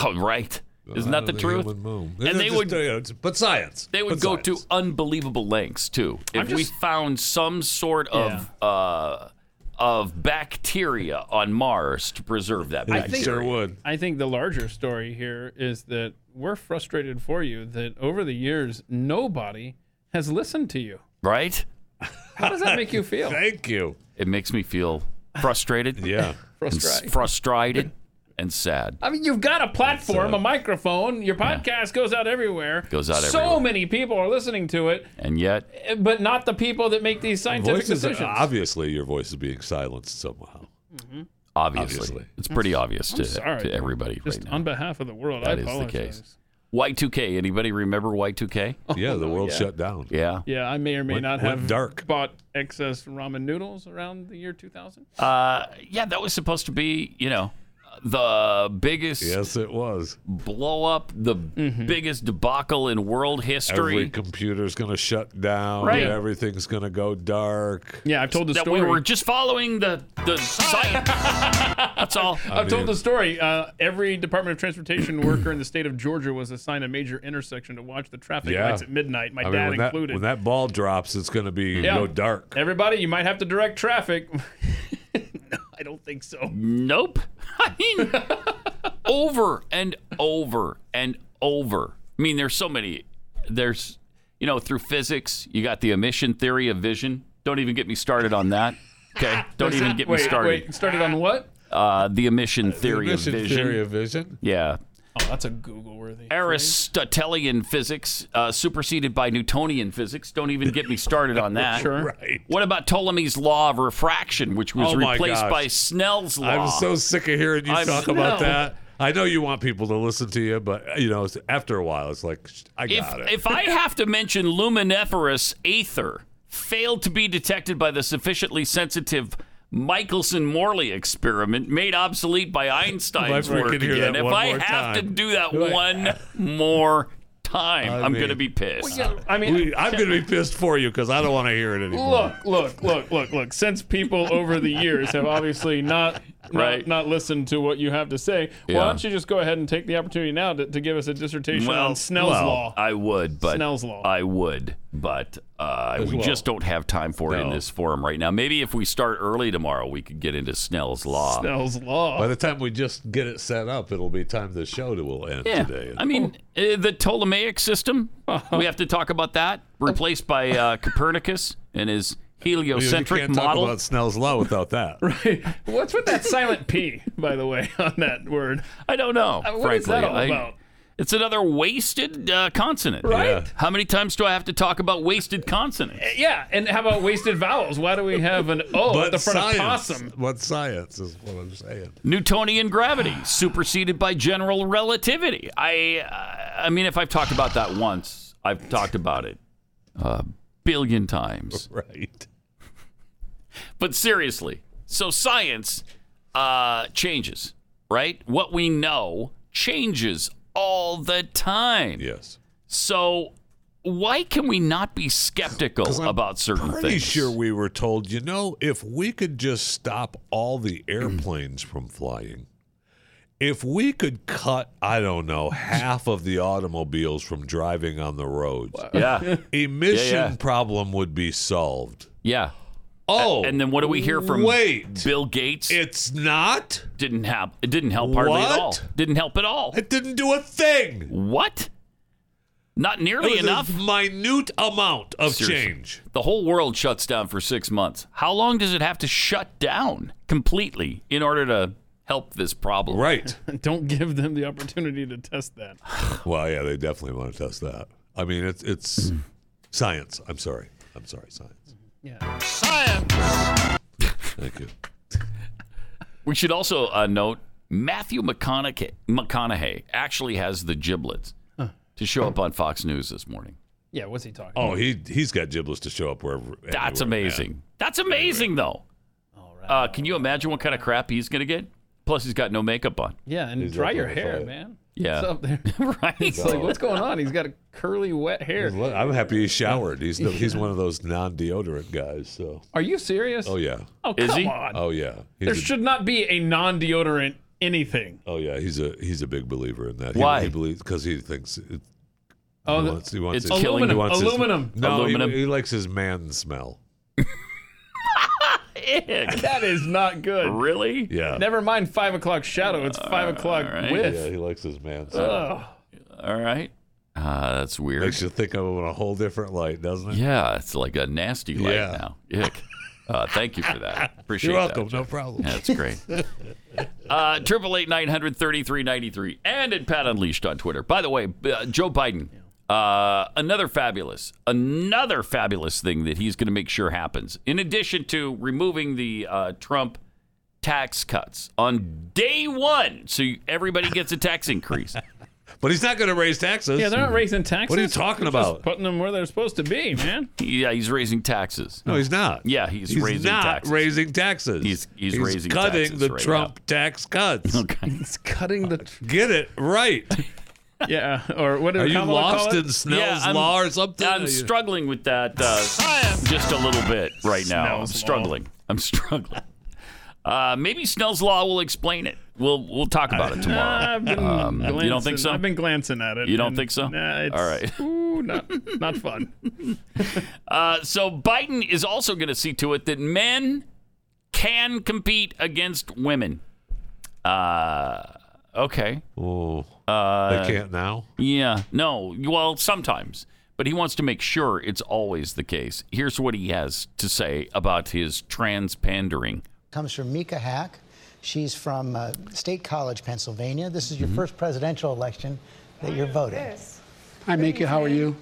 Oh, right. Isn't Not that the in the truth? human womb. And It's they just, would, uh, it's- but science. They would But go science. to unbelievable lengths too. I'm If we just- found some sort of uh, of bacteria on Mars to preserve that bacteria, I think the larger story here is that we're frustrated for you that over the years nobody has listened to you. Right? How does that make you feel? Thank you. It makes me feel frustrated. yeah, Frustrated. frustrated, and sad. I mean, you've got a platform, uh, a microphone. Your podcast goes out everywhere. Goes out so everywhere. many people are listening to it, And yet, eh, but not the people that make these scientific Voices are- decisions. Mm-hmm. obviously, your voice is being silenced somehow. obviously, Obviously. it's pretty obvious I'm to, sorry, to everybody Just right now. Oh, on behalf of the world, I That is apologize. the case. Y2K. Anybody remember Y2K? Yeah, the world shut down. Yeah. Yeah, I may or may Went- not went have dark. bought excess ramen noodles around the year 2000. Uh, yeah, that was supposed to be, you know, the biggest. Yes, it was. Blow up the biggest debacle in world history. Every computer's going to shut down. Right. Everything's going to go dark. Yeah, I've told the that story. we were just following the the site. That's all. I've told the story. Uh, every Department of Transportation worker in the state of Georgia was assigned a major intersection to watch the traffic Yeah. lights at midnight. My I mean, dad when included. That, when that ball drops, it's going to be Yeah. go dark. Everybody, you might have to direct traffic. no, I don't think so. Nope. I mean, over and over and over. I mean, there's so many. There's, you know, through physics, you got the emission theory of vision. Don't even get me started on that. Okay. Don't even get wait, me started. Wait, started on what? Uh, the emission theory emission of vision. theory of vision? Yeah. Oh, that's a Google worthy. Aristotelian physics, uh, superseded by Newtonian physics. Don't even get me started on that. Sure. Right. What about Ptolemy's law of refraction, which was Oh my replaced gosh. by Snell's law? I'm so sick of hearing you I'm- talk about No. that. I know you want people to listen to you, but you know, it's- after a while, it's like sh- I if, got it. if I have to mention luminiferous aether, failed to be detected by the sufficiently sensitive Michelson Morley experiment, made obsolete by Einstein's If I work could hear again. that If one I more have to time. do that Right. one more time, I I am mean- going to be pissed. I mean, We- I'm going to be pissed for you because I don't want to hear it anymore. Look, look, look, look, look. Since people over the years have obviously not not- Right. not, listened to what you have to say, Yeah. why don't you just go ahead and take the opportunity now to, to give us a dissertation on Snell's well, law? I would, but Snell's law. I would, but uh, As we well. just don't have time for it in this forum right now. Maybe if we start early tomorrow, we could get into Snell's law. Snell's law. By the time we just get it set up, it'll be time the show to will end Yeah, today. I mean uh, the Ptolemaic system. Uh-huh. we have to talk about that, replaced by uh, Copernicus and his You- heliocentric you can't model. talk about Snell's law without that. What's with that silent P, by the way, on that word? I don't know. Uh, What is Oh, frankly, that all I- about? It's another wasted uh, consonant. Right? Yeah. Uh, How many times do I have to talk about wasted consonants? Yeah, and how about wasted vowels? Why do we have an O but Oh, at the front science, of possum? What science is what I'm saying. Newtonian gravity superseded by general relativity. I, uh, I mean, if I've talked about that once, I've talked about it a billion times. Right. But seriously, so science uh, changes, right? What we know changes all the time. Yes. So why can we not be skeptical about certain Pretty things? sure we were told, you know, if we could just stop all the airplanes from flying, if we could cut, I don't know, half of the automobiles from driving on the roads, Yeah. emission Yeah, yeah. problem would be solved. Yeah. Oh, and then what do we hear from wait. Bill Gates? It's not. Didn't help. It didn't help hardly at all. What? Didn't help at all. It didn't do a thing. What? Not It nearly was a enough. minute amount of Seriously. change. The whole world shuts down for six months. How long does it have to shut down completely in order to help this problem? Right. Don't give them the opportunity to test that. Well, yeah, they definitely want to test that. I mean, it's it's Mm. science. I'm sorry. I'm sorry, science. Thank you. We should also uh, note Matthew McConaughey, McConaughey actually has the giblets to show up on Fox News this morning. Yeah, what's he talking Oh, he he's got giblets to show up wherever. That's anywhere, amazing. man. That's amazing, though. Uh, can you imagine what kind of crap he's going to get? Plus, he's got no makeup on. Yeah, and He's dry up your on the hair, fire. man. Yeah. What's up there? right. It's like, what's going on? He's got a curly, wet hair. Look, I'm happy he showered. He's the, he's one of those non-deodorant guys. So. Are you serious? Oh yeah. Oh, Is come he? on. Oh yeah. He's there a- should not be a non deodorant anything. oh yeah. He's a he's a big believer in that. Why? He, he believes because he thinks it, Oh, he the- wants, he wants it's his, killing he him. wants his- Aluminum. no, he- Aluminum. He, likes his man smell. Ick. that is not good. really? Uh, Yeah. Never mind five o'clock shadow. It's five o'clock right. whiff. Yeah, he likes his man smell. Ugh. All right. Uh, that's weird. Makes you think of him in a whole different light, doesn't it? Yeah, it's like a nasty light Yeah. now. Ick. Uh, thank you for that. Appreciate You're welcome. that. No problem. Yeah, That's great. Uh Triple eight nine hundred thirty three ninety three and at Pat Unleashed on Twitter. By the way, uh, Joe Biden, uh, another fabulous, another fabulous thing that he's going to make sure happens. In addition to removing the uh, Trump tax cuts on day one, so you, everybody gets a tax increase. But he's not going to raise taxes. Yeah, they're not raising taxes. What are you talking They're about? Just putting them where they're supposed to be, man. Yeah, he's raising taxes. No, he's not. Yeah, he's, He's raising not taxes. raising taxes. He's he's, He's raising cutting taxes the right Trump tax cuts. Okay. He's cutting the. Get it right. yeah, or what did Are you Kamala call lost it? in Snell's law or something? I'm Are you- struggling with that uh, just a little bit right now. I'm Snell's law. struggling. I'm struggling. Uh, maybe Snell's law will explain it. We'll we'll talk about it tomorrow. I've been Um, you don't think glancing- so? I've been glancing at it. You don't and- think so? Nah, it's, All right. Ooh, not not fun. Uh, so Biden is also going to see to it that men can compete against women. Uh, okay. Oh, uh, they can't now? Yeah. No. Well, sometimes. But he wants to make sure it's always the case. Here's what he has to say about his trans pandering. comes from Mika Hack. She's from uh, State College, Pennsylvania. This is your first presidential election that you're voting. Hi, Mika. How are you?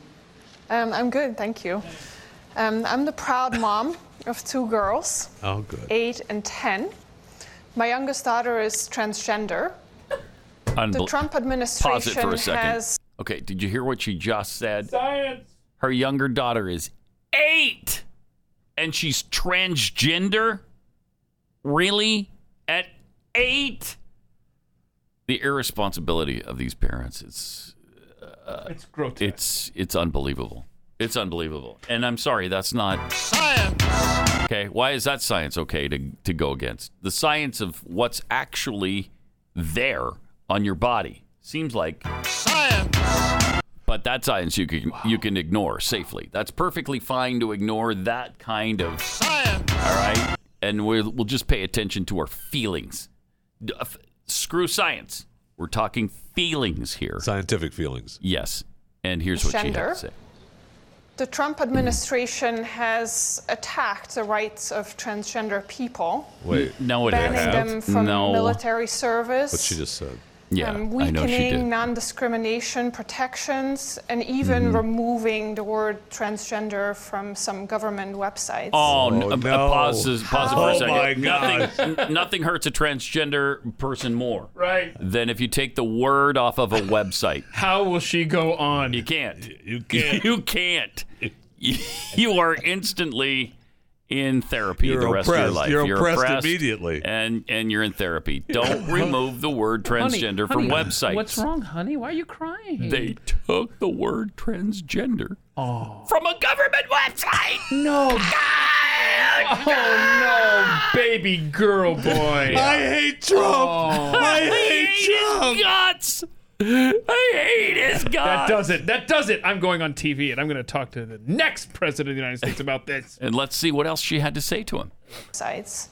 Um, I'm good, thank you. Um, I'm the proud mom of two girls, Oh, good. eight and 10. My youngest daughter is transgender. The Unbel- Trump administration Pause it for a second. has. Okay. Did you hear what she just said? Science. Her younger daughter is eight, and she's transgender. Really? At eight? The irresponsibility of these parents. It's uh, it's grotesque. It's it's unbelievable. It's unbelievable. And I'm sorry, that's not science. Okay, why is that science okay to to go against the science of what's actually there on your body? Seems like but that science you can you can ignore safely. That's perfectly fine to ignore that kind of science. All right, and we'll we'll just pay attention to our feelings. D- uh, f- screw science. We're talking feelings here. Scientific feelings. Yes. And here's what she had Gender. to say. The Trump administration has attacked the rights of transgender people, Wait. No, it banning has. them from no. military service. What she just said. Yeah, um, I know she weakening did. non discrimination protections and even Mm-hmm. removing the word transgender from some government websites. Oh, no. uh, Pause, this- pause it for a Oh, second. my Nothing, n- nothing hurts a transgender person more Right. than if you take the word off of a website. How will she go on? You can't. You can't. you can't. You are instantly in therapy You're the rest of your oppressed. life. You're oppressed immediately. and and you're in therapy. Don't remove the word Honey, transgender from honey, websites. What's wrong, honey? Why are you crying? They took the word transgender. Oh. From a government website. No. Oh no, baby girl boy. Oh. I hate Trump. I hate Trump. Guts. I hate his That guts. does it. That does it. I'm going on TV and I'm going to talk to the next president of the United States about this. And let's see what else she had to say to him. Sites.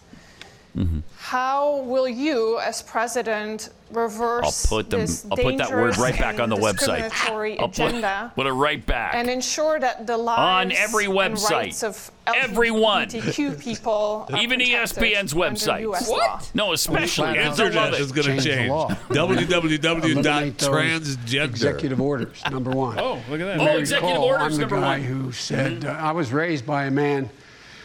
mm-hmm. How will you, as president, reverse I'll put them. this I'll put that word dangerous right back and on the website. discriminatory I'll put, agenda put it right back. and ensure that the lives On every and website. rights of Everyone. LGBTQ people, are Even E protected ESPN's under website. US What? law. No, especially The kids will love internet it. is going to Change the change. law. Eliminate those www.transgender. Executive orders, number one. Oh, look at that. Mary Oh, executive Cole, orders, I'm the number guy one. who said uh, I was raised by a man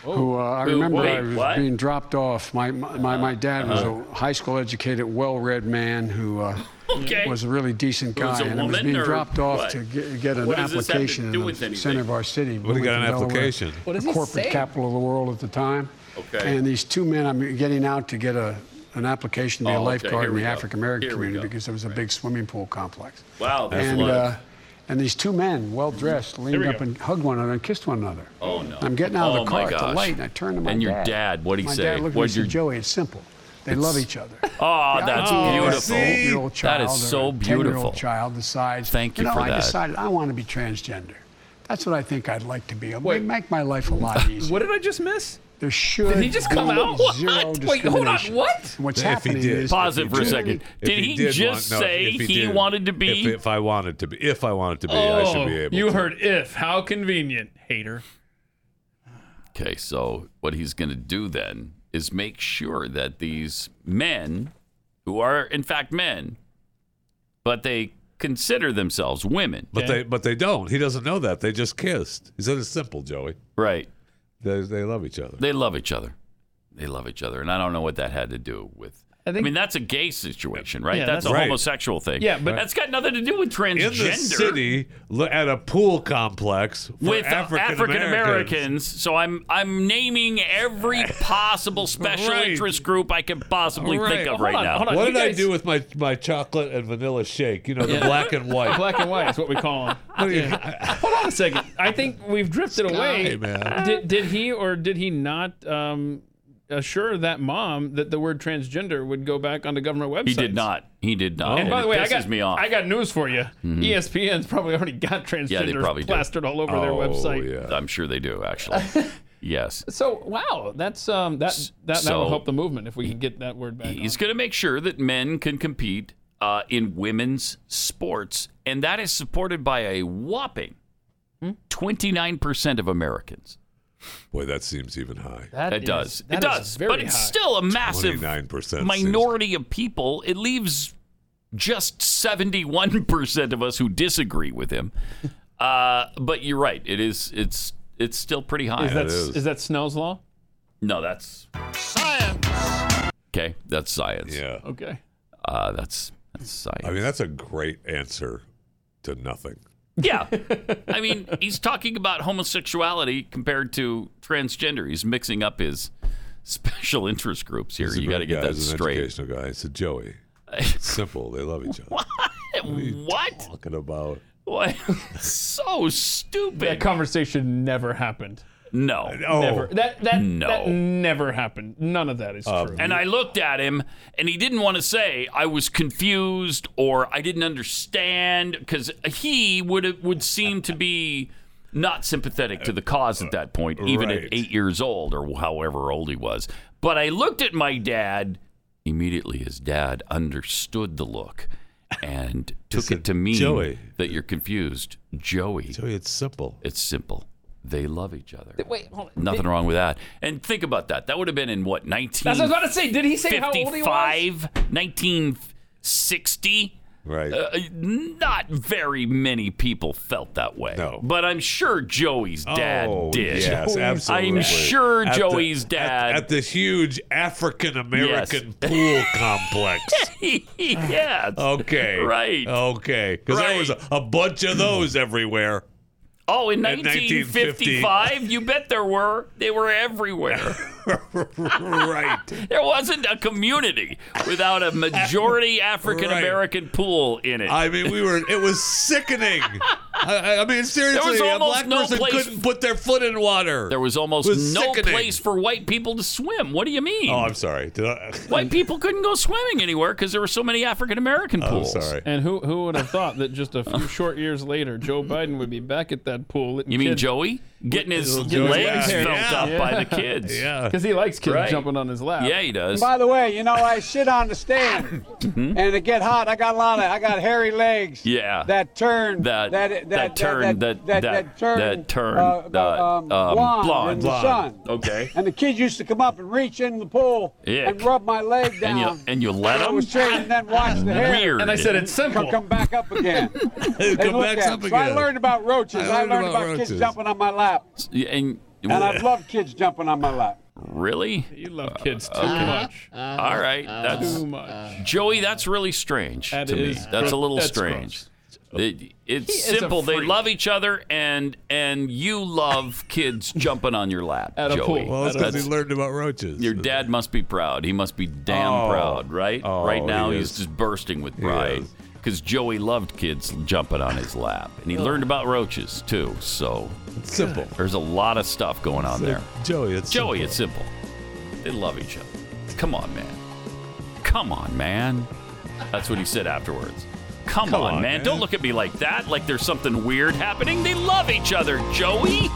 Oh. who uh, I Who- remember wait, I was what? being dropped off. My my, my, my dad was Uh-huh. a high school educated, well-read man who. Uh, Okay. Was a really decent Who was guy, a and I was woman being or dropped off what? to get, get an What does this have to application do in with the anything? center of our city. What, he got an Bloomington, Delaware, application? What does the he corporate say? capital of the world at the time. Okay. And these two men, I'm getting out to get a an application to be a Oh, okay. lifeguard Here in we the go. African American Here we community go. because there was a big swimming pool complex. Wow, that's and, love. uh, and these two men, well dressed, leaned we up go. and hugged one another and kissed one another. Oh no! I'm getting out of Oh, the my car at the gosh. light, and I turned to my And dad. your dad, what'd he my say? Dad looked at me and What'd said, your- Joey, it's simple. They It's- love each other. Oh, that's idea that beautiful. an eight-year-old That child or is so a 10-year-old beautiful. Child decides. Thank you know, for I that. decided I want to be transgender. That's what I think I'd like to be. It'll make my life a lot easier. What did I just miss? There should Did he just be come out? What? zero Wait, hold on. discrimination. What? What's If he happening did. is Pause if it you for a do- second. If Did he did just want- no, say if he did- wanted to be- Oh. If, if I wanted to be, if I wanted to be, I should be able. Oh, you to. heard if. How convenient, hater. Okay, so what he's going to do then is make sure that these men, who are in fact men, but they consider themselves women. But they, but they don't. He doesn't know that. They just kissed. He said it's simple, Joey. Right. They, they love each other. They love each other. They love each other, and I don't know what that had to do with. I, mean, that's a gay situation, right? Yeah, that's, that's- a Right. homosexual thing. Yeah, but- that's got nothing to do with transgender. in the city lo- at a pool complex for with uh, African African Americans, so I'm I'm naming every possible special Right. interest group I can possibly Right. think of Well, right hold on, now. hold on. What did I do with my my chocolate and vanilla shake? You know, the Yeah. black and white. Black and white is what we call them. Hold on a second. I think we've drifted away. man. Did, did he or did he not um, assure that mom that the word transgender would go back on the government website? He did not. He did not. and Oh, by it the way, pisses I got me off. I got news for you. E Mhm. ESPN's probably already got transgender yeah, they probably do. plastered all over their Oh, website. yeah. I'm sure they do, actually. yes. So wow, that's um, that that, that So- will help the movement if we can get that word back. He's going to make sure that men can compete uh, in women's sports, and that is supported by a whopping Hmm? 29% of Americans. Boy, that seems even high. That It is- does. that It is does, very but it's high. still a massive nine percent. Minority of people, it leaves just 71% of us who disagree with him. Uh, but you're right. It is it's it's still pretty high. Is that is that Snell's law? No, that's Okay, that's science. Yeah. Okay. Uh, that's that's science. I mean, that's a great answer to nothing. Yeah. I mean, he's talking about homosexuality compared to transgender. He's mixing up his special interest groups here. He's a You got to great get guy. that He's an straight. Educational guy. It's a Joey. It's simple. They love each other. What? are you What? Talking about. What? so stupid. That conversation never happened. No. Oh. Never. That that oh. No. Um, that never happened. None of that is true. And I looked at him, and he didn't want to say I was confused or I didn't understand because he would would seem to be not sympathetic to the cause at that point, even Right. at eight years old or however old he was. But I looked at my dad. Immediately, his dad understood the look and took it to mean Joey. that you're confused. Joey. Joey, it's simple. It's simple. They love each other. Wait, hold on. Nothing wrong with that. And think about that. That would have been in what, 19? That's what I was about to say. Did he say how old he was? 55, 1960. Right. Uh, not very many people felt that way. No. But I'm sure Joey's dad Oh, did. Yes, absolutely. I'm sure At the- Joey's at- dad. at, the huge African American pool complex. yeah. Okay. Right. Okay. Because there was a, a bunch of those everywhere. Oh, in At 1950. 1955, you bet there were. They were everywhere. Ah! right. There wasn't a community without a majority African American pool in it. I mean, we were. It was sickening. I, I- I mean, seriously, There was a almost black no person place- couldn't put their foot in water. There was almost was no sickening. place for white people to swim. What do you mean? Oh, I'm sorry. Did I? White people couldn't go swimming anywhere because there were so many African American Oh, pools. And who who would have thought that just a few short years later, Joe Biden would be back at that pool? letting You mean kids- Joey getting his Little Joey. legs Yeah. felt up Yeah. by the kids? Yeah. 'Cause he likes kids jumping on his lap. Yeah, he does. By the way, you know I shit on the stand, Mhm. and to get hot, I got a lot of I got hairy legs. Yeah. That turn. that that, turn that that that that turn. that turn uh, uh, um, um, blonde, blonde in the sun. Okay. And the kids used to come up and reach in the pool Yeah. and rub my leg down. And you and you let I them. was straight and then wash the hair. Weird. And I said it's simple. Come, come back up again. They Come look back at up it. So I again. learned about roaches. I learned, about, kids roaches. jumping on my lap. And, And I love kids jumping on my lap. really. Uh, You love kids too okay. much. All right, that's too much. uh-huh. Joey. That's really strange That to is- me. That's a little that's strange. It- He it's is a simple. They freak. love each other, and and you love kids jumping on your lap, At a Joey. pool. Well, that's 'cause That's- he learned about roaches. Your dad must be proud. He must be damn Oh. proud, right? Oh, right now, he he's is. just bursting with pride because Joey loved kids jumping on his lap, and he Ugh. learned about roaches too. So simple. There's a lot of stuff going on So, there. Joey, it's Joey, it's simple. They love each other. Come on, man. Come on, man. That's what he said afterwards. Come, on, man. Don't look at me like that. Like there's something weird happening. They love each other, Joey.